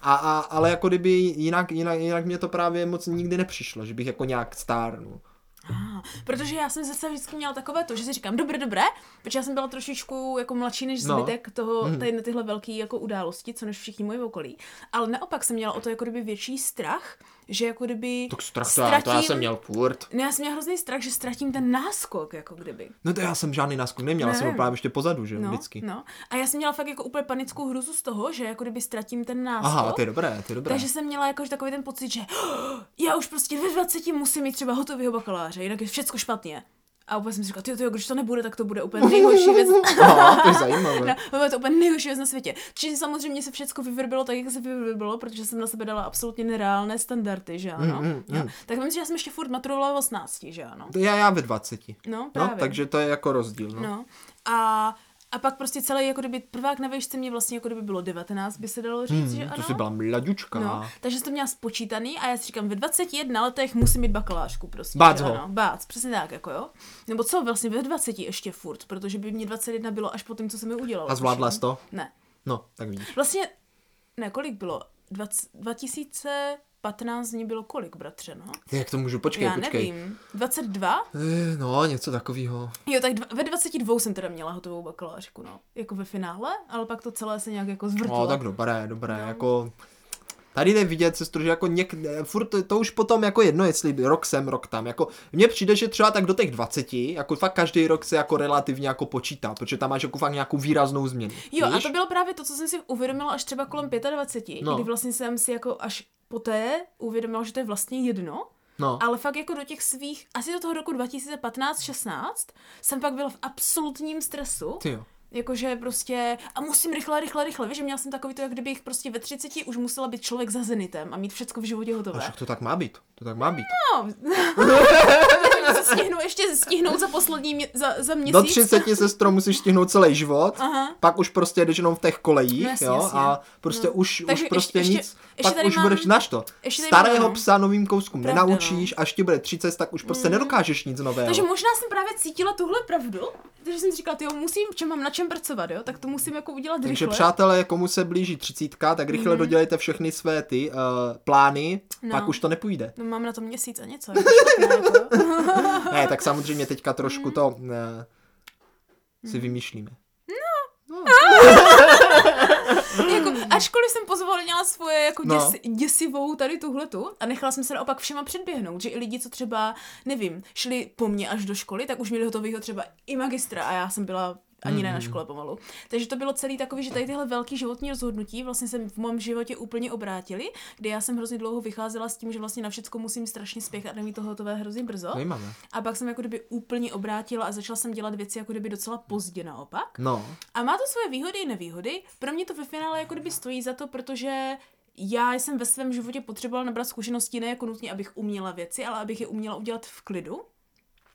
S1: A, a, ale jako kdyby jinak, jinak, jinak mě to právě moc nikdy nepřišlo, že bych jako nějak stárnul.
S2: Ah, protože já jsem zase vždycky měla takové to, že si říkám, dobré, dobré, protože já jsem byla trošičku jako mladší než
S1: No.
S2: zbytek toho, tady na tyhle velké jako události, co než všichni moji v okolí. Ale naopak jsem měla o to jako kdyby větší strach, že jako kdyby
S1: Tak strach to, já, to já jsem měl furt.
S2: Ne, já jsem měla hrozný strach, že ztratím ten náskok, jako kdyby.
S1: No to já jsem žádný náskok neměl, já jsem
S2: Ne.
S1: byl právě ještě pozadu, že jo,
S2: No,
S1: vždycky.
S2: no. A já jsem měla fakt jako úplně panickou hruzu z toho, že jako kdyby ztratím ten náskok.
S1: Aha, to je dobré, to je dobré.
S2: Takže jsem měla jakože takový ten pocit, že "Oh, já už prostě ve 20 musím mít třeba hotovýho bakaláře, jinak je všechno špatně. A úplně jsem si říkala, ty jo, když to nebude, tak to bude úplně nejhorší
S1: [laughs]
S2: věc.
S1: Aha, to je zajímavé.
S2: No, bylo to úplně nejhorší věc na světě. Čili samozřejmě se všechno vyvrbilo tak, jak se vyvrbilo, protože jsem na sebe dala absolutně nereálné standardy, že ano.
S1: Mm, mm,
S2: Jo.
S1: mm.
S2: Tak vím, že já jsem ještě furt maturovala v 18, že ano.
S1: To Já, já ve 20.
S2: No,
S1: No,
S2: právě.
S1: takže to je jako rozdíl. No.
S2: No. A, a pak prostě celý, jako kdyby prvák na vejšce mě vlastně jako kdyby bylo 19, by se dalo říct, že
S1: Hmm,
S2: ano.
S1: to jsi byla mladučka.
S2: No, takže jsem to měla spočítaný a já si říkám, ve 21 letech musím mít bakalářku prostě.
S1: Bác
S2: že
S1: ho.
S2: Ano, bác, přesně tak, jako jo. Nebo co vlastně ve 20 ještě furt, protože by mě 21 bylo až po tom, co jsem mi udělala.
S1: A zvládla
S2: tuším.
S1: jsi to?
S2: Ne.
S1: No, tak vidíš.
S2: Vlastně, ne, kolik bylo? 20, 2015 mě bylo kolik, bratře, no?
S1: Ty, Jak to můžu? Počkej,
S2: já
S1: počkej.
S2: nevím. 22?
S1: Eh, No, něco takového.
S2: Jo, tak dva, ve 22 jsem teda měla hotovou bakalářku, no. Jako ve finále, ale pak to celé se nějak jako zvrtlo.
S1: No, tak dobré, dobré, jako... Tady jde vidět, sestru, že jako něk, eh, furt to- to už potom jako jedno, jestli rok sem, rok tam, jako mně přijde, že třeba tak do těch 20, jako fakt každý rok se jako relativně jako počítá, protože tam máš jako fakt nějakou výraznou změnu.
S2: Jo,
S1: víš?
S2: a to bylo právě to, co jsem si uvědomila až třeba kolem 25,
S1: No.
S2: no. kdy vlastně jsem si jako až poté uvědomila, že to je vlastně jedno,
S1: No.
S2: ale fakt jako do těch svých, asi do toho roku 2015-16 jsem pak byla v absolutním stresu.
S1: Ty jo.
S2: Jakože prostě, a musím rychle, rychle, rychle, víš, že měla jsem takový to, jak kdybych prostě ve 30 už musela být člověk za zenitem a mít všechno v životě
S1: A
S2: [laughs] hotové.
S1: No, však to tak má být. To tak má být.
S2: No, to stihnu ještě stihnout za poslední, mě, za, za měsíc.
S1: Do 30 sestro musíš stihnout celý život.
S2: Aha.
S1: Pak už prostě jdeš jenom v těch kolejích,
S2: No jasně,
S1: jo,
S2: jasně.
S1: a prostě
S2: No.
S1: už, už
S2: Takže
S1: prostě
S2: ještě-
S1: nic,
S2: ještě- ještě
S1: pak
S2: tady
S1: už
S2: mám-
S1: budeš, znáš to,
S2: ještě tady mám,
S1: starého
S2: no.
S1: psa novým kouskům
S2: Pravda, no. Hmm.
S1: nenaučíš, až ti bude 30, tak už prostě nedokážeš nic nového.
S2: Takže možná jsem právě cítila tuhle pravdu, takže jsem si říkala, jo, musím, čem mám na čem pracovat, jo, tak to musím jako udělat
S1: Takže
S2: rychle. Hmm.
S1: přátelé, komu se blíží třicítka, tak rychle dodělejte všechny své ty uh, plány,
S2: No.
S1: pak už to
S2: [laughs]
S1: nepůjde.
S2: No mám na to měsíc a něco. je to špatné, jako.
S1: Ne, tak samozřejmě teďka
S2: Hmm.
S1: trošku to uh, si vymýšlíme.
S2: jako, ačkoliv jsem pozvolila svoje jako
S1: No.
S2: děs, děsivou tady tuhletu a nechala jsem se naopak všema předběhnout, že i lidi, co třeba, nevím, šli po mně až do školy, tak už měli hotovýho třeba i magistra a já jsem byla ani ne na škole pomalu. Takže to bylo celý takový, že tady tyhle velký životní rozhodnutí vlastně se v mém životě úplně obrátily, kdy já jsem hrozně dlouho vycházela s tím, že vlastně na všechno musím strašně spěchat a mít to hotové hrozně brzo.
S1: Zajímavé.
S2: A pak jsem jako kdyby úplně obrátila a začala jsem dělat věci jako kdyby docela pozdě naopak.
S1: No,
S2: A má to svoje výhody i nevýhody. Pro mě to ve finále jako kdyby stojí za to, protože já jsem ve svém životě potřebovala nabrat zkušenosti ne jako nutně, abych uměla věci, ale abych je uměla udělat v klidu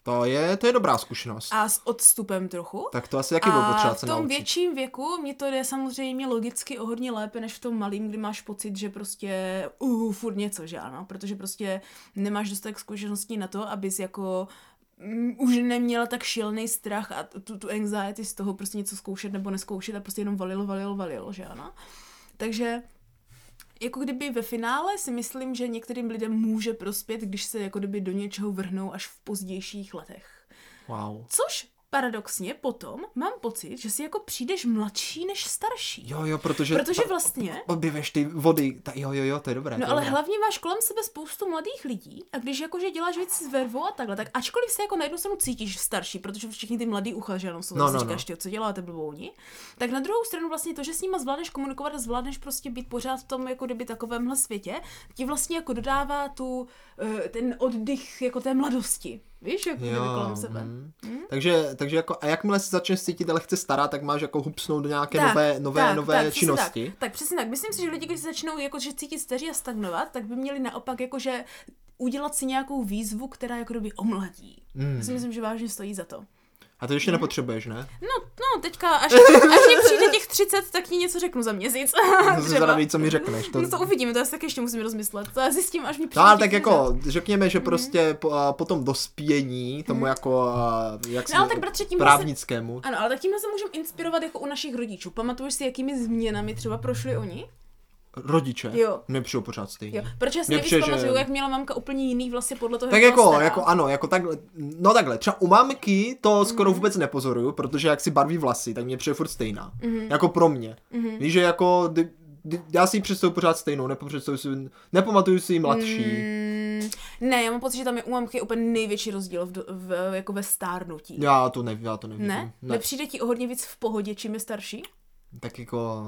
S1: to je, to je dobrá zkušenost.
S2: a s odstupem trochu.
S1: Tak to asi taky bylo
S2: a
S1: potřeba
S2: v
S1: se
S2: tom
S1: naučit.
S2: větším věku mě to jde samozřejmě logicky o hodně lépe než v tom malým, kdy máš pocit, že prostě uh, furt něco, že ano, protože prostě nemáš dostatek zkušeností na to, abys jako mm, už neměla tak šílený strach a tu, tu anxiety z toho prostě něco zkoušet nebo neskoušet a prostě jenom valilo, valilo, valilo, že ano. Takže jako kdyby ve finále si myslím, že některým lidem může prospět, když se jako kdyby do něčeho vrhnou až v pozdějších letech.
S1: Wow.
S2: Což paradoxně potom mám pocit, že si jako přijdeš mladší než starší.
S1: Jo, jo, protože,
S2: protože
S1: ta-
S2: vlastně...
S1: objeveš ty vody, ta, jo, jo, jo, to je dobré. to
S2: No
S1: je
S2: ale
S1: dobré.
S2: hlavně máš kolem sebe spoustu mladých lidí a když jakože děláš věci s vervou a takhle, tak ačkoliv se jako na jednu stranu cítíš starší, protože všichni ty mladí ucha, že ano, jsou,
S1: No,
S2: no,
S1: no,
S2: no, říkáš,
S1: no.
S2: ty, co děláte blbouni, tak na druhou stranu vlastně to, že s nima zvládneš komunikovat a zvládneš prostě být pořád v tom jako kdyby takovémhle světě, ti vlastně jako dodává tu, eh, ten oddych jako té mladosti. Víš, jako kdyby kolem sebe. Hm?
S1: mhm. Takže, takže jako, a jakmile se začneš cítit lehce stará, tak máš jako hupsnout do nějaké nové, nové, nové
S2: přesně
S1: činnosti.
S2: Tak, tak přesně tak. Myslím si, že lidi, když se začnou jakože cítit staří a stagnovat, tak by měli naopak jakože udělat si nějakou výzvu, která jako by omladí.
S1: Mm.
S2: Já si myslím, že vážně stojí za to.
S1: A to ještě
S2: Mhm.
S1: nepotřebuješ, ne?
S2: No, no, teďka, až, až mi přijde těch 30, tak ti něco řeknu
S1: [laughs]
S2: za měsíc.
S1: To se
S2: Třeba.
S1: zadaví, co mi řekneš. To...
S2: No to uvidíme, to já si tak ještě musím rozmyslet. To já zjistím, až mi přijde
S1: No ale
S2: těch
S1: tak
S2: 30.
S1: jako, řekněme,
S2: Mhm.
S1: že prostě po, a po tom dospění, tomu jako, a, jak
S2: No, ale tak bratře, tím
S1: právnickému.
S2: Ano, ale tak tímhle se můžeme inspirovat jako u našich rodičů. Pamatuješ si, jakými změnami třeba prošli oni?
S1: Rodiče,
S2: Jo.
S1: mi přijou pořád stejně.
S2: Jo, protože já si
S1: Mně
S2: nejvíc
S1: přijde, že-
S2: pamatuju, jak měla mamka úplně jiný vlasy podle toho,
S1: Tak
S2: jak byla
S1: jako,
S2: stará.
S1: jako ano, jako takhle, no takhle, třeba u mamky to
S2: Mhm.
S1: skoro vůbec nepozoruju, protože jak si barví vlasy, tak mě přijde furt stejná.
S2: Mhm.
S1: Jako pro mě. Víš, že jako, dy, dy, já si ji představuji pořád stejnou, nepopředstavuji si, nepamatuju si ji mladší.
S2: Mm, ne, já mám pocit, že tam je u mamky úplně největší rozdíl v, do- v, jako ve stárnutí.
S1: Já to nevím, já to nevím.
S2: Ne? ne? Nepřijde ti o hodně víc v pohodě, čím je starší?
S1: Tak jako,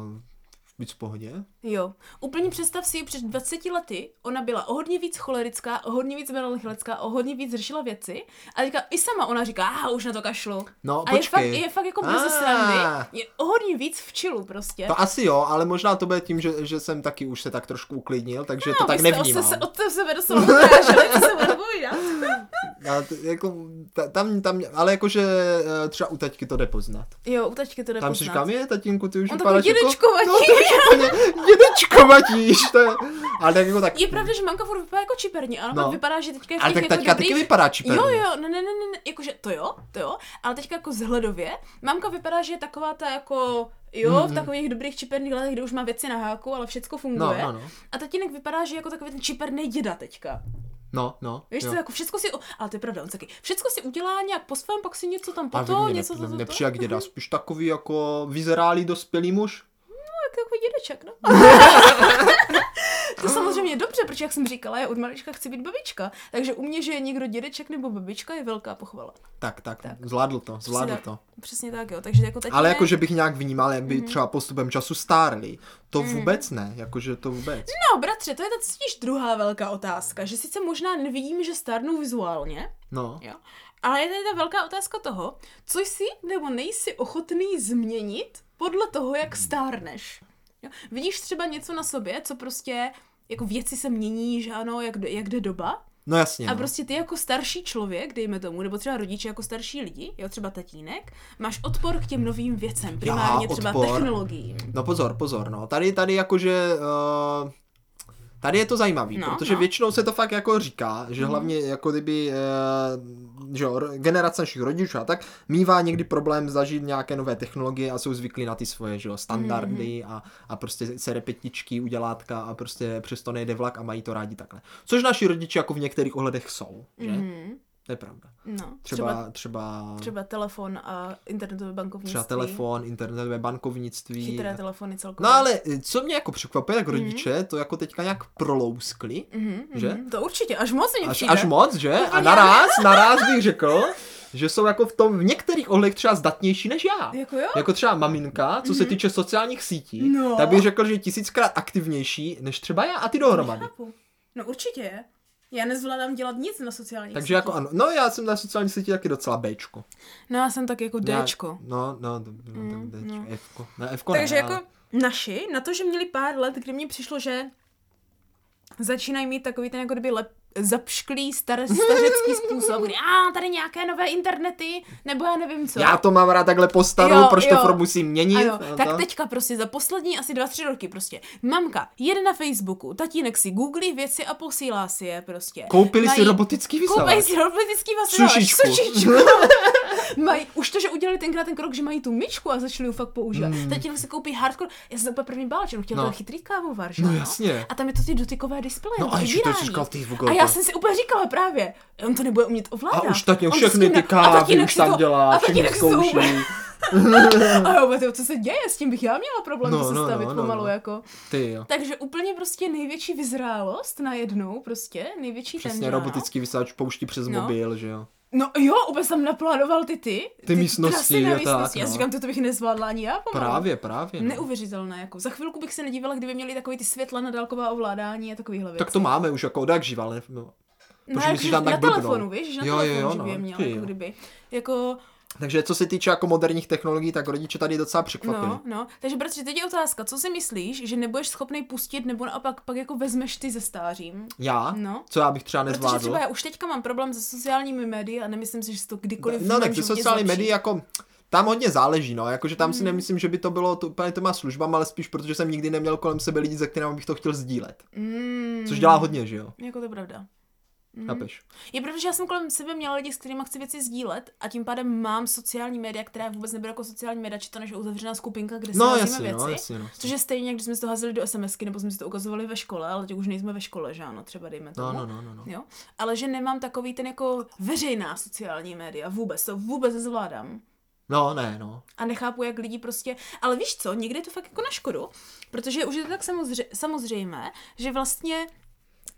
S1: být v pohodě.
S2: Jo. Úplně představ si, před 20 lety ona byla o hodně víc cholerická, o hodně víc melancholická, o hodně víc řešila věci. A teďka i sama ona říká, aha, už na to kašlu.
S1: No,
S2: a je fakt,
S1: počkej.
S2: je fakt jako
S1: Ah.
S2: bez srandy. Je o hodně víc v čilu prostě.
S1: To asi jo, ale možná to bude tím, že, že jsem taky už se tak trošku uklidnil, takže to
S2: No,
S1: tak
S2: vy jste
S1: nevnímám.
S2: Od, se, od sebe [laughs] doslova odráželi, co se budu povídat.
S1: Já t- jako, ta- tam, tam, ale jakože eh, třeba u taťky to jde poznat.
S2: Jo, u tačky to jde
S1: Tam si
S2: poznat.
S1: říkám, je, tatínku, ty už
S2: On
S1: vypadáš
S2: takový dědečko
S1: jako...
S2: vadí.
S1: No, to už úplně dědečko vadíš, to je... Ale tak jako tak...
S2: Je pravda, že mamka furt vypadá jako čiperně, ano,
S1: No.
S2: no. vypadá, že teďka je v
S1: Ale
S2: těch
S1: tak
S2: jako
S1: teďka
S2: dobrých...
S1: taky vypadá no. čiperně.
S2: Jo, jo, no, ne, ne, ne, ne, ne, jakože to jo, to jo, ale teďka jako zhledově, mamka vypadá, že je taková ta jako, jo, mm. v takových dobrých čiperných letech, kde už má věci na háku, ale všecko
S1: No,
S2: funguje.
S1: no, no.
S2: A tatínek vypadá, že je jako takový ten čiperný děda teďka.
S1: No, no.
S2: Víš,
S1: jo.
S2: co, jako všecko si, ale to je pravda, on se taky, všecko si udělá nějak po svém, pak si něco tam
S1: A
S2: potom,
S1: mě
S2: něco
S1: ne-
S2: za to, Mhm. to,
S1: jako nepřijde jak děda, spíš takový jako vyzrálý dospělý muž.
S2: tak jako dědeček, no. To samozřejmě je dobře, protože jak jsem říkala, já od malička chci být babička. Takže u mě, že je někdo dědeček nebo babička, je velká pochvala.
S1: Tak, tak,
S2: Tak.
S1: zvládl to, zvládl
S2: Přesně
S1: to.
S2: Přesně tak, jo. Takže jako teď
S1: Ale
S2: ne- Mhm.
S1: jako, že bych nějak vnímal, jak by třeba postupem času stárli. To vůbec ne, jakože to vůbec.
S2: No, bratře, to je ta totiž druhá velká otázka, že sice možná nevidím, že stárnu vizuálně,
S1: No,
S2: jo, ale je tady ta velká otázka toho, co jsi nebo nejsi ochotný změnit podle toho, jak stárneš. Jo? Vidíš třeba něco na sobě, co prostě, jako věci se mění, že ano, jak, jde- jak jde doba,
S1: no jasně.
S2: a
S1: no.
S2: prostě ty jako starší člověk, dejme tomu, nebo třeba rodiče jako starší lidi, jo, třeba tatínek, máš odpor k těm novým věcem, primárně třeba
S1: odpor.
S2: technologiím.
S1: No pozor, pozor, no. Tady, tady jakože... Uh, tady je to zajímavý,
S2: No,
S1: protože
S2: no. Mhm.
S1: většinou se to fakt jako říká, že hlavně jako kdyby uh, že jo, ro- generace našich rodičů a tak mývá někdy problém zažít nějaké nové technologie a jsou zvyklí na ty svoje že jo, standardy
S2: Mhm.
S1: a, a prostě se repetičky, udělátka a prostě přesto nejde vlak a mají to rádi takhle. Což naši rodiče jako v některých ohledech jsou, že?
S2: Mhm.
S1: To je pravda.
S2: No,
S1: Třeba, třeba, třeba,
S2: Třeba telefon a internetové bankovnictví.
S1: třeba telefon, internetové bankovnictví.
S2: Chytré telefony celkově.
S1: No ale e, co mě jako překvapuje, tak rodiče to jako teďka nějak prolouskli,
S2: Mhm, mhm,
S1: že?
S2: To určitě, až moc mě
S1: Až,
S2: přijde.
S1: až moc, že? A
S2: Úplně.
S1: naraz, naraz bych řekl, že jsou jako v tom v některých ohledech třeba zdatnější než já.
S2: Jako jo? Mhm.
S1: Jako třeba maminka, co se týče sociálních sítí,
S2: No.
S1: tak bych řekl, že je tisíckrát aktivnější než třeba já a ty dohromady.
S2: Chápu. No určitě. Já nezvládám dělat nic na sociálních
S1: Takže
S2: sítích.
S1: jako ano, no já jsem na sociální síti taky docela Bčko.
S2: No já jsem tak jako
S1: Já-
S2: Dčko.
S1: No, no, d- no, tak
S2: Mm,
S1: Dčko,
S2: no.
S1: Fko. Ne, Fko
S2: Takže
S1: ne,
S2: jako
S1: ale-
S2: naši, na to, že měli pár let, kdy mně přišlo, že začínají mít takový ten jako kdyby lep, zapšklý star, stařecký způsob, kdy a tady nějaké nové internety, nebo já nevím co.
S1: Já to mám rád takhle po staru,
S2: Jo,
S1: proč
S2: jo.
S1: to furt musím měnit. No,
S2: Ano,
S1: a
S2: tak
S1: to.
S2: teďka prostě za poslední asi dva, tři roky prostě. Mamka jede na Facebooku, tatínek si googlí věci a posílá si je prostě.
S1: Koupili si robotický vysavač.
S2: Koupili si robotický vysavač.
S1: Sušičku. [laughs]
S2: Sušičku. Mají, už to, že udělali tenkrát ten krok, že mají tu myčku a začali ji fakt používat. Mm. Tatínek si koupí hardcore. Já jsem úplně první bála, že on chtěl
S1: Hmm. No.
S2: no. chytrý kávovar, že
S1: No
S2: ano?
S1: jasně.
S2: A tam je to ty dotykové displeje.
S1: No
S2: to
S1: a ještě
S2: vybírání.
S1: to říkal, ty vole,
S2: A já
S1: to-
S2: jsem si úplně říkala právě, on to nebude umět ovládat.
S1: A už tak
S2: On
S1: všechny
S2: skune-
S1: ty
S2: a
S1: kávy
S2: tatínek
S1: už
S2: si
S1: tam
S2: to-
S1: dělá,
S2: a
S1: všechny
S2: tatínek si to úplně-
S1: zkouší.
S2: A jo, Mateo, co se děje? S tím bych já měla problém
S1: No,
S2: no, se
S1: no,
S2: stavit
S1: no,
S2: no,
S1: no,
S2: pomalu,
S1: no.
S2: no. jako.
S1: Ty jo.
S2: Takže úplně prostě největší vyzrálost najednou, prostě největší
S1: Přesně,
S2: tendra,
S1: robotický vysavač pouští přes
S2: No.
S1: mobil, že jo.
S2: No No jo, úplně jsem naplánoval ty ty.
S1: místnosti
S2: krasy na
S1: a
S2: místnosti.
S1: tak,
S2: Já si
S1: no.
S2: říkám, to, to bych nezvládla ani já pomalu.
S1: Právě, právě. No.
S2: Neuvěřitelné, jako. Za chvilku bych se nedívala, kdyby měli takový ty světla na dálková ovládání a takovýhle věci.
S1: Tak to máme už jako od jak živa, ale no.
S2: no,
S1: protože
S2: jak,
S1: musíš
S2: že
S1: tam
S2: na
S1: tak blbnout.
S2: telefonu, víš, že na
S1: Jo, jo,
S2: telefonu,
S1: jo,
S2: že by
S1: no,
S2: je měla,
S1: ty jo.
S2: jako kdyby. Jako,
S1: Takže co se týče jako moderních technologií, tak rodiče tady docela překvapili.
S2: No, no. Takže bratře, teď je otázka, co si myslíš, že nebudeš schopný pustit, nebo naopak pak jako vezmeš ty ze stářím?
S1: Já?
S2: No.
S1: Co já bych třeba
S2: Protože
S1: nezvládl?
S2: třeba já už teďka mám problém se sociálními médii a nemyslím si, že se to kdykoliv v
S1: No
S2: mém
S1: tak ty
S2: životě
S1: sociální
S2: zlepší. Hmm.
S1: média jako tam hodně záleží, no, jakože tam si nemyslím, že by to bylo to, úplně těma službama, ale spíš protože jsem nikdy neměl kolem sebe lidi, se kterými bych to chtěl sdílet.
S2: Mm,
S1: Což dělá hodně, že jo?
S2: Jako to je pravda. Hmm.
S1: Chápeš?
S2: Je pravda, že já jsem kolem sebe měla lidi, s kterými chci věci sdílet a tím pádem mám sociální média, která vůbec nebyla jako sociální média, či to naše uzavřená skupinka, kde si
S1: No
S2: házíme
S1: jasně,
S2: věci.
S1: no jasně, no.
S2: Což je stejně, jak když jsme si to házeli do SMSky, nebo jsme si to ukazovali ve škole, ale teď už nejsme ve škole, že ano, třeba dejme tomu.
S1: No, no, no, no, no.
S2: Jo? Ale že nemám takový ten jako veřejná sociální média, vůbec, to vůbec nezvládám.
S1: No, ne, no.
S2: [laughs] A nechápu, jak lidi prostě... Ale víš co, někdy je to fakt jako na škodu, protože už je to tak samozře- samozřejmé, že vlastně...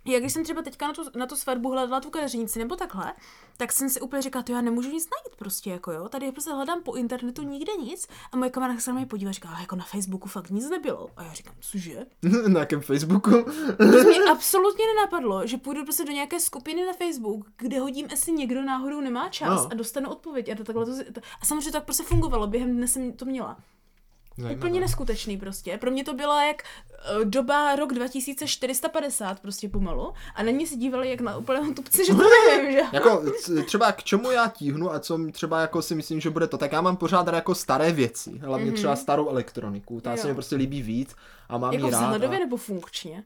S2: Já když jsem třeba teďka na tu, na tu svatbu hledala tu kadeřnici nebo takhle, tak jsem si úplně říkala, to já nemůžu nic najít prostě, jako jo. Tady prostě hledám po internetu nikde nic a moje kamarádka se na mě podívá a říká, "Ale jako na Facebooku fakt nic nebylo. A já říkám, cože?
S1: na jakém Facebooku.
S2: To mě absolutně nenapadlo, že půjdu prostě do nějaké skupiny na Facebook, kde hodím, jestli někdo náhodou nemá čas
S1: No.
S2: no. a dostanu odpověď. A, to takhle to, a samozřejmě to tak prostě fungovalo, během dne jsem to měla. Úplně neskutečný prostě. Pro mě to byla jak eh, doba rok 2450 prostě pomalu a na mě si dívali jak na úplného tupce, že to
S1: [laughs]
S2: nevím, že?
S1: Jako c- třeba k čemu já tíhnu a co m- třeba jako si myslím, že bude to, tak já mám pořád rád jako staré věci, hlavně mm-hmm. třeba starou elektroniku, ta
S2: Mhm. Jo.
S1: se mi prostě líbí víc a mám
S2: Jako
S1: ji rád.
S2: vzhledově
S1: A...
S2: nebo funkčně.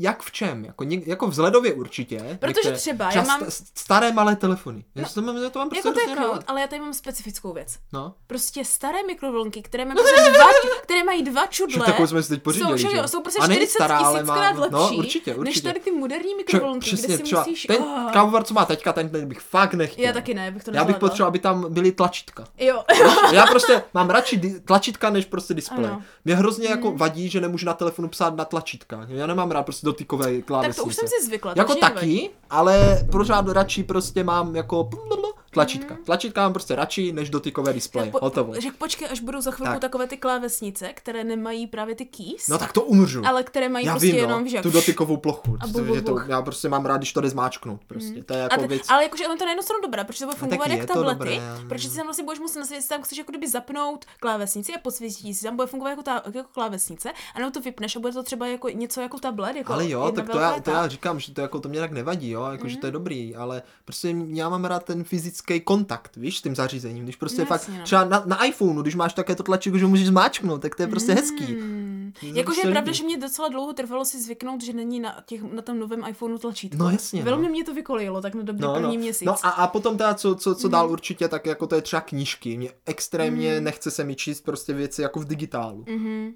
S1: Jak v čem? Jako, něk, jako vzhledově určitě. některé-
S2: třeba já
S1: sta-
S2: mám-
S1: st- staré malé telefony. Já to mám, já to mám prostě
S2: Jako to je
S1: hrozně rád.
S2: cloud, ale já tady mám specifickou věc.
S1: No. [laughs]
S2: Prostě staré mikrovlnky, které mají, prostě dva, které mají mají dva čudle.
S1: takovou jsme si teď pořídili,
S2: jsou,
S1: že?
S2: že jo, jsou prostě
S1: A není
S2: 40
S1: stará, ale
S2: tisíckrát
S1: má-
S2: lepší,
S1: no, určitě,
S2: než
S1: určitě.
S2: tady ty moderní
S1: Pře-
S2: mikrovlnky, kde si
S1: třeba
S2: musíš...
S1: ten
S2: Ah.
S1: kávovar, co má teďka, ten, ten bych fakt nechtěl.
S2: Já taky ne, bych to
S1: Já bych
S2: nezvládla.
S1: potřeboval, aby tam byly tlačítka.
S2: Jo, [laughs]
S1: Já prostě mám radši di- tlačítka než prostě displej.
S2: Ano. Hmm.
S1: Mě hrozně jako vadí, že nemůžu na telefonu psát na tlačítkách. Já nemám rád prostě dotykové
S2: tak
S1: klávesnice.
S2: to už jsem si zvykla. to
S1: Jako
S2: už mě nevadí.
S1: taky, ale pořád radši prostě mám jako blablabla tlačítka. Tlačítka mám prostě radši než dotykové displeje.
S2: Tak Hmm. po-
S1: Hotovo.
S2: Že počkej, až budou za chvilku
S1: Tak.
S2: takové ty klávesnice, které nemají právě ty keys,
S1: No tak to umřu.
S2: ale které mají
S1: já
S2: prostě
S1: vím, no,
S2: jenom, [laughs] že...
S1: tu dotykovou plochu.
S2: A
S1: To-
S2: bu- bu-
S1: že to,
S2: buch.
S1: já prostě mám rád, když to jde zmáčknout. Prostě. To je
S2: A
S1: jako
S2: te,
S1: věc.
S2: ale jakože ono to na jednu stranu dobré, protože to bude fungovat
S1: taky
S2: jak
S1: je to
S2: tablety,
S1: dobré, no. ale-
S2: protože si tam vlastně budeš muset nasadit, si tam chceš jako kdyby zapnout klávesnici a posvětí si, tam bude fungovat jako, ta, jako klávesnice, a nebo to vypneš a bude to třeba jako něco jako tablet, jako
S1: Ale jo,
S2: jedna
S1: tak to já,
S2: velká
S1: to
S2: ta.
S1: já říkám, že to, jako, to mě tak nevadí, jo, jako, že to je
S2: Hmm.
S1: dobrý, ale prostě já mám rád ten fyzický kontakt, víš, s tím zařízením, když prostě
S2: No,
S1: no, fakt,
S2: jasně, no.
S1: třeba na, na iPhoneu, když máš také to tlačítko, že ho můžeš zmáčknout, tak to je prostě hezký.
S2: Hmm.
S1: To se
S2: Jakože je
S1: líbí.
S2: pravda, že mě docela dlouho trvalo si zvyknout, že není na, těch, na tom novém iPhoneu tlačítko.
S1: No jasně, no.
S2: Velmi mě to vykolejilo, tak na dobrý
S1: No, no.
S2: první měsíc. Hmm.
S1: no a, a potom teda, co, co, co dál určitě, tak jako to je třeba knížky, mě extrémně nechce se mi číst prostě věci jako v digitálu.
S2: Mhm.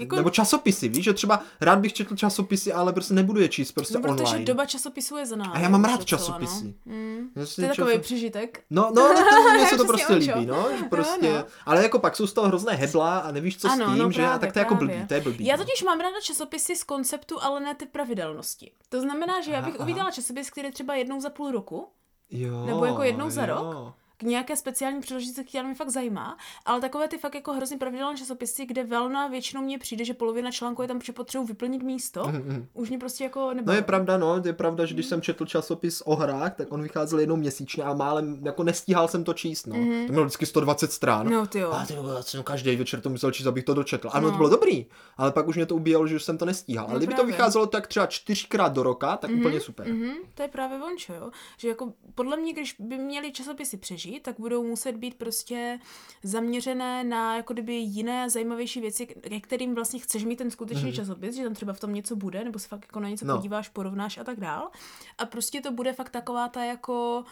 S2: Jako,
S1: Nebo časopisy, víš, že třeba rád bych četl časopisy, ale prostě nebudu je číst prostě
S2: no, protože
S1: online.
S2: doba časopisu je za námi.
S1: A já mám
S2: už
S1: rád
S2: docela,
S1: časopisy.
S2: No. Mm.
S1: Já
S2: To
S1: si
S2: je takový
S1: časopis-
S2: přežitek.
S1: No, no, tak to,
S2: [laughs]
S1: mně se to
S2: Přesně,
S1: prostě
S2: Ončo.
S1: líbí, no, že
S2: No,
S1: prostě,
S2: no.
S1: ale jako pak jsou z toho hrozné hebla a nevíš, co
S2: Ano,
S1: s tím,
S2: no
S1: že, a
S2: právě,
S1: tak to je jako
S2: právě.
S1: blbý, to je blbý.
S2: Já
S1: no.
S2: totiž mám ráda časopisy z konceptu, ale ne ty pravidelnosti. To znamená, že já
S1: Aha,
S2: bych
S1: aha.
S2: uviděla časopis, který je třeba jednou za půl roku,
S1: jo,
S2: nebo jako jednou za
S1: jo.
S2: rok. k nějaké speciální příležitosti, která mě fakt zajímá, ale takové ty fakt jako hrozně pravidelné časopisy, kde velna většinou mě přijde, že polovina článku je tam, že potřebuji vyplnit místo,
S1: Mm, mm.
S2: už mě prostě jako nebo.
S1: No je pravda, no, je pravda, že když jsem četl časopis o hrách, tak on vycházel jednou měsíčně a málem, jako nestíhal jsem to číst, no.
S2: Mhm.
S1: To měl vždycky 120 strán.
S2: No ty jo.
S1: A ty vole, já jsem každý večer to musel číst, abych to dočetl. Ano,
S2: No.
S1: to bylo dobrý, ale pak už mě to ubíjelo, že už jsem to nestíhal.
S2: No
S1: ale kdyby
S2: právě.
S1: to vycházelo tak třeba čtyřikrát do roka, tak úplně super.
S2: Mhm, to je právě vončo, jo. Že jako podle mě, když by měli časopisy přežít, tak budou muset být prostě zaměřené na jako kdyby jiné zajímavější věci, ke kterým vlastně chceš mít ten skutečný
S1: Mhm.
S2: časopis, že tam třeba v tom něco bude, nebo se fakt jako na něco
S1: No.
S2: podíváš, porovnáš a tak dál. A prostě to bude fakt taková ta jako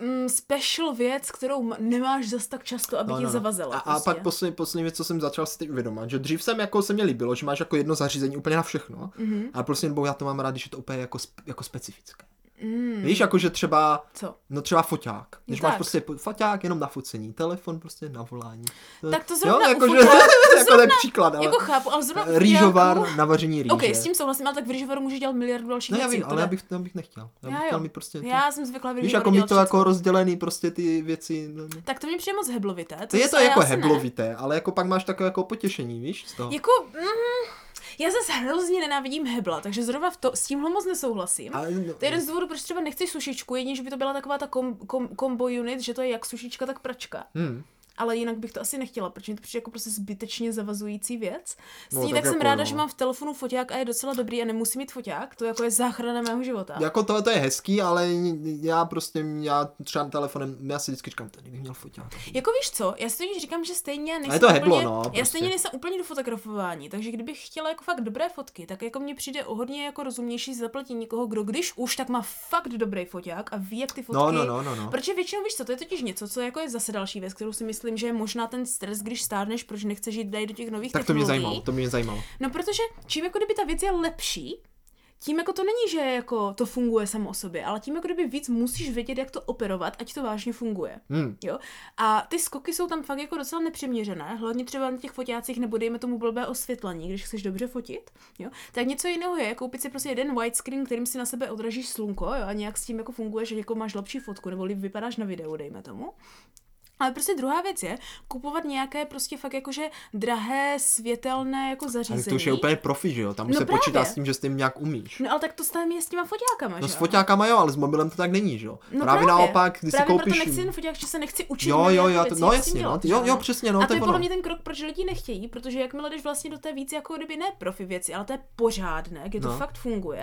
S2: mm, special věc, kterou m- nemáš zas tak často, aby no, tě no. zavazela.
S1: A, a
S2: prostě.
S1: pak poslední, poslední věc, co jsem začal si teď uvědomovat, že dřív jsem jako se mě líbilo, že máš jako jedno zařízení úplně na všechno,
S2: Mhm.
S1: ale prostě nebo já to mám rád, když je to úplně jako, sp- jako specifické.
S2: Mm,
S1: Hmm. Víš, jako že třeba,
S2: co?
S1: no třeba foťák. Když
S2: No
S1: máš
S2: tak.
S1: prostě po- foťák jenom na focení, telefon prostě na volání.
S2: Tak to zrovna
S1: že,
S2: u
S1: [laughs]
S2: foťáku, to
S1: jako ten příklad, ale [laughs]
S2: Ale... Jako chápu, ale zrovna... u Filiálku-
S1: rýžovar na vaření rýže.
S2: Ok, s tím souhlasím, ale tak v Rýžovaru může dělat miliardu dalších
S1: No já
S2: věcí.
S1: vím,
S2: jo,
S1: ale
S2: to
S1: já
S2: ne.
S1: bych, já bych nechtěl. Já
S2: Já
S1: bych
S2: jo.
S1: chtěl mít prostě... ty-
S2: Já jsem zvykla v
S1: Víš,
S2: Rýžovaru
S1: jako mi
S2: dělat
S1: to
S2: všechno.
S1: jako rozdělený prostě ty věci. no, no.
S2: Tak to mi přijde moc heblovité.
S1: To je to
S2: zase-
S1: jako
S2: já se ne.
S1: heblovité, ale jako pak máš takové jako potěšení, víš, z toho.
S2: Jako, mm, já zase hrozně nenávidím hebla, takže zrovna v to, s tímhle moc nesouhlasím.
S1: A- no,
S2: To je jeden z důvodů, proč třeba nechci sušičku, jedině, že by to byla taková ta kom, kom, kombo unit, že to je jak sušička, tak pračka.
S1: Hmm.
S2: Ale jinak bych to asi nechtěla, protože mi to přijde jako prostě zbytečně zavazující věc. S
S1: No,
S2: ní
S1: tak
S2: tak, jsem
S1: jako
S2: ráda,
S1: jo.
S2: že mám v telefonu foťák a je docela dobrý a nemusím mít foťák, to jako je záchrana mého života.
S1: Jako tohle to je hezký, ale já prostě, já třeba telefonem, já si vždycky říkám, tady bych měl foťák.
S2: Jako víš co, já si totiž říkám, že stejně nejsem
S1: to heblo,
S2: úplně,
S1: no,
S2: já
S1: prostě.
S2: stejně nejsem úplně do fotografování, takže kdybych chtěla jako fakt dobré fotky, tak jako mně přijde o hodně jako rozumnější zaplatit někoho, kdo když už, tak má fakt dobrý foťák a ví, jak ty fotky...
S1: No, no, no, no, no.
S2: Protože většinou víš co, to je totiž něco, co jako je zase další věc, kterou si myslím, že je možná ten stres, když stárneš, protože nechceš jít dají do těch nových
S1: Tak to mě
S2: technologií.
S1: zajímalo, to mě zajímalo.
S2: No protože čím jako kdyby ta věc je lepší, tím jako to není, že jako to funguje samo o sobě, ale tím jako kdyby víc musíš vědět, jak to operovat, ať to vážně funguje.
S1: Hmm.
S2: Jo? A ty skoky jsou tam fakt jako docela nepřiměřené, hlavně třeba na těch fotácích nebo dejme tomu blbé osvětlení, když chceš dobře fotit. Jo? Tak něco jiného je koupit si prostě jeden widescreen, kterým si na sebe odražíš slunko jo? a nějak s tím jako funguje, že jako máš lepší fotku nebo líp vypadáš na videu, dejme tomu. Ale prostě druhá věc je kupovat nějaké prostě fakt jakože drahé, světelné jako
S1: Ale
S2: zařízení.
S1: to už je úplně profi, že jo? Tam už
S2: No
S1: se počítá
S2: právě.
S1: s tím, že s tím nějak umíš.
S2: No ale tak to stane je s těma fotákama,
S1: No
S2: že
S1: s
S2: jo? No
S1: foťákama jo, ale s mobilem to tak není, že jo? právě, naopak, když
S2: právě
S1: si koupíš...
S2: proto nechci jen foták, že se nechci učit.
S1: jo, jo, jo,
S2: miliardu
S1: to,
S2: věcí,
S1: no
S2: jak s tím
S1: jasně, no,
S2: dělat,
S1: ty-
S2: že
S1: jo,
S2: ano.
S1: jo, přesně, no,
S2: a to je
S1: ono.
S2: podle mě ten krok, proč lidi nechtějí, protože jakmile jdeš vlastně do té víc jako kdyby ne profi věci, ale to je pořádné, kdy to
S1: No.
S2: fakt funguje,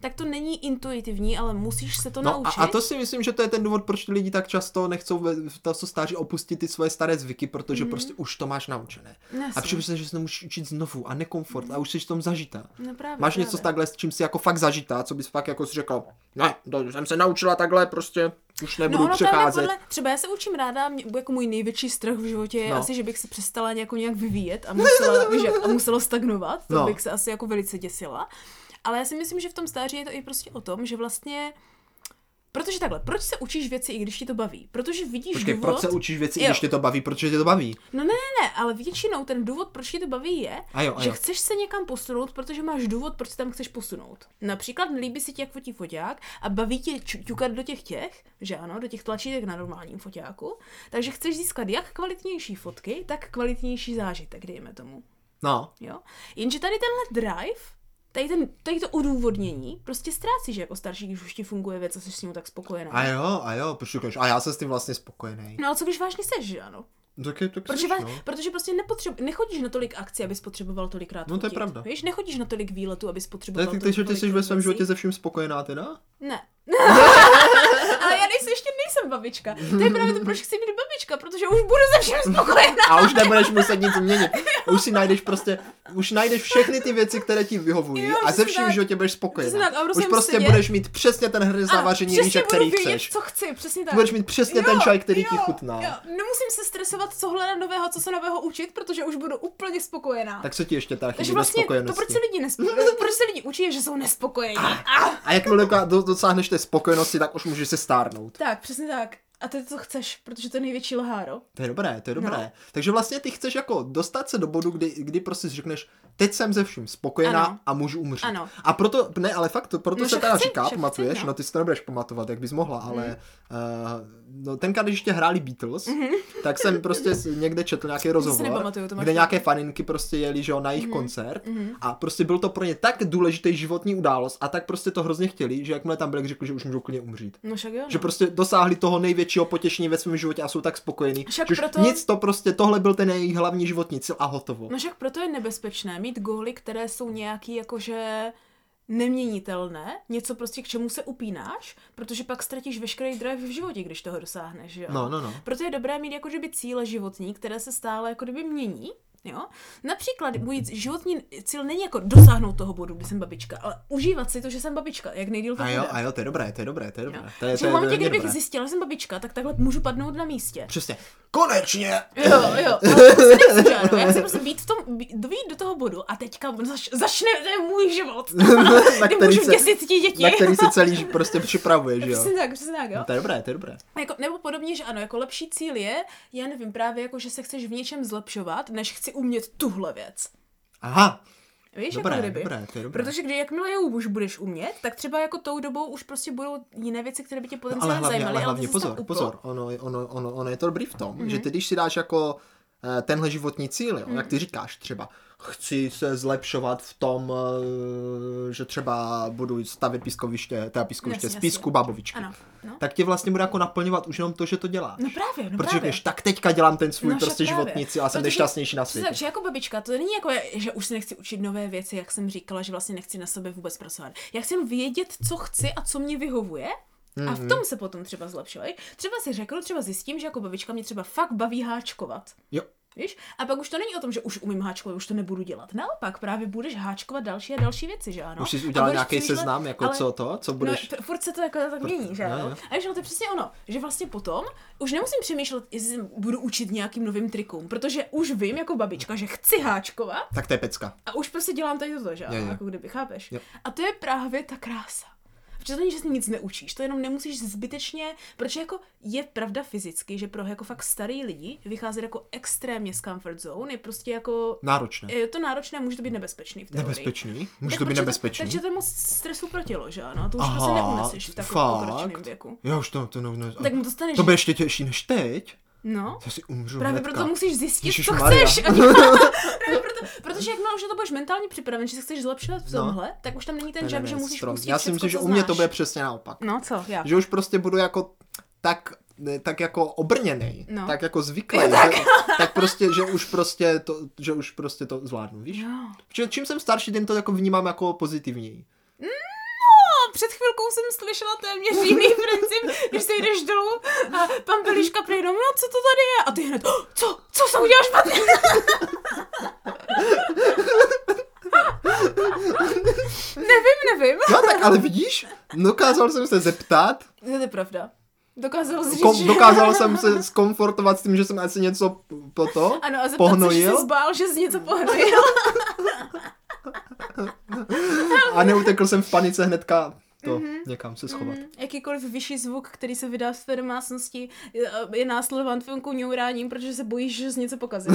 S2: tak to není intuitivní, ale musíš se to
S1: No a,
S2: naučit.
S1: a to si myslím, že to je ten důvod, proč ty lidi tak často nechcou, ve- v- to jsou stáří dokáže opustit ty svoje staré zvyky,
S2: Mhm.
S1: protože mm. prostě už to máš naučené.
S2: Jasně.
S1: A přemýšlíš, že se to musíš učit znovu a nekomfort a už jsi v tom zažitá.
S2: No právě,
S1: Máš něco
S2: právě.
S1: takhle, s čím jsi jako fakt zažitá, co bys fakt jako si řekl, ne, to jsem se naučila takhle, prostě už nebudu
S2: No ono právě
S1: přecházet.
S2: podle, třeba já se učím ráda, mě, jako můj největší strach v životě je
S1: No.
S2: no. asi, že bych se přestala jako nějak vyvíjet a
S1: [laughs]
S2: musela, víš, jak, a muselo stagnovat, to
S1: No.
S2: no. bych se asi jako velice děsila. Ale já si myslím, že v tom stáří je to i prostě o tom, že vlastně, protože takhle, proč se učíš věci, i když ti to baví? Protože vidíš
S1: Počkej,
S2: důvod,
S1: proč se učíš věci, i
S2: Jo.
S1: když tě to baví, protože tě to baví.
S2: No ne, ne, ne, ale většinou ten důvod, proč ti to baví, je,
S1: A jo, a
S2: že
S1: jo.
S2: chceš se někam posunout, protože máš důvod, proč se tam chceš posunout. Například líbí se ti, jak fotí foťák a baví tě ču- ťukat do těch těch, že ano, do těch tlačítek na normálním foťáku, takže chceš získat jak kvalitnější fotky, tak kvalitnější zážitek, dejme tomu.
S1: No,
S2: Jo? Jenže tady tenhle drive, tady, ten, tady to odůvodnění, prostě ztrácíš jako starší, když už ti funguje věc a jsi s ním tak spokojená.
S1: a jo, a jo, proč říkáš, a já jsem s tím vlastně spokojený.
S2: No ale co když vážně seš, že ano?
S1: Tak je to
S2: Protože,
S1: křič,
S2: vás,
S1: no.
S2: protože prostě nepotřebu, nechodíš na tolik akcí, abys potřeboval tolikrát
S1: No, to je
S2: fotit.
S1: pravda.
S2: Víš, nechodíš na tolik výletů, abys
S1: Ne,
S2: potřeboval
S1: ty,
S2: tolik-
S1: takže ty jsi
S2: tolik
S1: ve svém
S2: věcí.
S1: životě ze vším spokojená teda?
S2: Ne. [laughs] Ale já nejsem, ještě nejsem babička. To je právě to, proč chci být babička, protože už budu ze
S1: [laughs]
S2: vším spokojená.
S1: A už nebudeš muset nic měnit. Už si najdeš prostě, už najdeš všechny ty věci, které ti vyhovují
S2: Jo,
S1: a ze
S2: přesně
S1: vším v
S2: tak.
S1: životě budeš
S2: Přesně
S1: spokojená.
S2: tak, a budu
S1: Už
S2: sem
S1: prostě
S2: sedět.
S1: budeš mít přesně ten hrz
S2: Ano,
S1: zavaření
S2: přesně
S1: víš, který
S2: budu vědět,
S1: chceš.
S2: co chci, přesně tak.
S1: Budeš mít přesně ten čaj, který ti chutná.
S2: Jo, nemusím se stresovat, co hledat nového, co se nového učit, protože už budu úplně spokojená.
S1: Tak co ti ještě teda chybí
S2: takže
S1: na
S2: vlastně to,
S1: spokojenosti?
S2: proč se
S1: [laughs]
S2: lidi nespokojí, proč se lidi učí, je, že jsou nespokojení.
S1: A jakmile doka- do- dosáhneš té spokojenosti, tak už můžeš se stárnout.
S2: Tak, přesně tak. A to je to, co chceš, protože to je největší lháro.
S1: To je dobré, to je dobré.
S2: No.
S1: Takže vlastně ty chceš jako dostat se do bodu, kdy, kdy prostě si řekneš, teď jsem ze vším spokojená
S2: Ano.
S1: a můžu umřít.
S2: Ano.
S1: A proto, ne, ale fakt, to- proto
S2: No,
S1: se
S2: že
S1: teda
S2: chci,
S1: říká,
S2: že chci,
S1: pamatuješ,
S2: no. Mhm.
S1: no ty si to nebudeš pamatovat, jak bys mohla, ale uh, no, tenkrát, když ještě hráli Beatles, tak jsem prostě s- někde četl nějaký rozhovor,
S2: Mhm. nepamatuju, to
S1: kde
S2: máš pravdu. Mhm.
S1: nějaké faninky prostě jeli, že jo, na jejich koncert a prostě byl to pro ně tak důležitý životní událost a tak prostě to hrozně chtěli, že jakmile tam byli, tak řekli, že už můžou klidně umřít.
S2: No však jo. No.
S1: Že prostě dosáhli toho největšího potěšení ve svém životě a jsou tak spokojení.
S2: Však
S1: že už
S2: proto-
S1: Nic to prostě, tohle byl ten jejich hlavní životní cíl a hotovo.
S2: No však proto je nebezpečné mít góly, které jsou nějaký jakože neměnitelné, něco prostě k čemu se upínáš, protože pak ztratíš veškerý drive v životě, když toho dosáhneš, že jo?
S1: No, no, no.
S2: Proto je dobré mít jako kdyby cíle životní, které se stále jako kdyby mění, jo? Například můj životní cíl není jako dosáhnout toho bodu, kdy jsem babička, ale užívat si to, že jsem babička, jak nejdíl to
S1: A jo,
S2: bude.
S1: a jo, to je dobré, to je dobré, to je
S2: Jo.
S1: dobré. To je, to je,
S2: že v
S1: to je
S2: momentě,
S1: hodně
S2: kdybych
S1: dobré.
S2: zjistila, že jsem babička, tak takhle můžu padnout na místě.
S1: Přesně. Konečně! [laughs]
S2: Jo, jo, ale prostě nechci žádnou. Já chci prostě být v tom, být, dojít do toho bodu a teďka zač, začne ten můj život,
S1: na,
S2: kdy
S1: který
S2: můžu
S1: se,
S2: děsit ti děti.
S1: na
S2: [laughs]
S1: který se celý ži- prostě připravuješ, že jo.
S2: Přesně tak, přesně tak, jo.
S1: No, to je dobré, to je dobré.
S2: Jako, nebo podobně, že ano, jako lepší cíl je, já nevím, právě jako, že se chceš v něčem zlepšovat, než chci umět tuhle věc.
S1: Aha,
S2: Víš,
S1: dobré,
S2: jako kdyby.
S1: dobré, to je dobré.
S2: Protože když jakmile je už budeš umět, tak třeba jako tou dobou už prostě budou jiné věci, které by tě
S1: No,
S2: potenciálně zajímaly,
S1: ale hlavně
S2: ty jsi tam
S1: pozor,
S2: upl.
S1: pozor, ono, ono, ono, ono je to dobrý v tom, mm-hmm.
S2: Mhm.
S1: že ty když si dáš jako eh, tenhle životní cíl, jo, jak ty říkáš třeba, chci se zlepšovat v tom, eh, že třeba budu stavět pískoviště, teda pískoviště z
S2: Jasně,
S1: písku babovičky,
S2: Ano, no.
S1: tak tě vlastně bude jako naplňovat už jenom to, že to děláš.
S2: No právě, no
S1: Protože
S2: právě.
S1: když tak teďka dělám ten svůj
S2: No, však
S1: prostě
S2: právě.
S1: životní cíl a jsem
S2: Protože-
S1: nejšťastnější na světě.
S2: Takže jako babička, to není jako, že už se nechci učit nové věci, jak jsem říkala, že vlastně nechci na sobě vůbec pracovat. Já chci jenom vědět, co chci a co mě vyhovuje. A
S1: Mhm.
S2: v tom se potom třeba zlepšila. viď? Třeba si řekl, třeba zjistím, že jako babička mě třeba fakt baví háčkovat.
S1: Jo,
S2: Víš? A pak už to není o tom, že už umím háčkovat, už to nebudu dělat. Naopak, právě budeš háčkovat další a další věci, že ano?
S1: už jsi
S2: A
S1: udělal
S2: budeš
S1: nějaký
S2: přemýšlet-
S1: seznam, jako
S2: ale-
S1: co to, co budeš...
S2: No, pr- furt se to jako tak mění, že
S1: Jo, jo.
S2: jo? A víš, no to je přesně ono, že vlastně potom už nemusím přemýšlet, jestli budu učit nějakým novým trikům, protože už vím jako babička, že chci háčkovat
S1: Tak to je pecka.
S2: a už prostě dělám tady toto, že
S1: Jo, jo.
S2: jo? Jako kdyby, chápeš?
S1: Jo.
S2: A to je právě ta krása. Protože to není, že si nic neučíš, to jenom nemusíš zbytečně, protože jako je pravda fyzicky, že pro jako fakt starý lidi vycházet jako extrémně z comfort zone je prostě jako,
S1: Náročné.
S2: je to náročné, může to být nebezpečný v teorii.
S1: Nebezpečný? Může
S2: Tak
S1: to být
S2: protože
S1: nebezpečný?
S2: Takže to je moc stresu pro tělo, že ano? To už Aha, prostě neuneseš v takovém
S1: fakt?
S2: pokročeném věku.
S1: Já už to, to no, no,
S2: Tak mu dostaneš.
S1: To bude ještě těžší než teď.
S2: No.
S1: Já si umřu
S2: Právě
S1: hnedka.
S2: proto musíš zjistit,
S1: Ježíš
S2: co
S1: Maria. [laughs]
S2: chceš. [laughs] Právě proto, protože jakmile už na to budeš mentálně připraven, že se chceš zlepšovat v
S1: No.
S2: tomhle, tak už tam není ten
S1: Ne, ne,
S2: žab,
S1: ne,
S2: že musíš
S1: strom.
S2: pustit
S1: Já si
S2: všecko,
S1: myslím, že
S2: co
S1: u mě to
S2: znáš.
S1: bude přesně naopak.
S2: No co, já.
S1: Že už prostě budu jako tak ne, tak jako obrněný,
S2: No.
S1: tak jako zvyklý, Že, [laughs] tak prostě, že už prostě to, že už prostě to zvládnu, víš?
S2: Jo.
S1: Protože čím jsem starší, tím to jako vnímám jako pozitivněji.
S2: No, před chvilkou jsem slyšela téměř jiný
S1: [laughs]
S2: princip, když se jdeš dolů a pan Beliška prý, no co to tady je? A ty hned, "Oh, co, co jsem udělal špatně? [laughs] nevím, nevím.
S1: No tak ale vidíš, dokázal jsem se zeptat,
S2: To je pravda. Dokázal říct,
S1: kom,
S2: že-
S1: dokázal jsem se skomfortovat s tím, že jsem asi něco po to
S2: [laughs] Ano, a zeptat se, že
S1: pohnojil Mm.
S2: jsi zbál, že jsi něco pohnojil.
S1: a neutekl jsem v panice hnedka to
S2: Mhm.
S1: někam se [laughs] schovat.
S2: Mm, Jakýkoliv vyšší zvuk, který se vydá z té domácnosti, je- je následován tvým kňouráním, protože se bojíš, že jsi
S1: [laughs]
S2: něco pokazil.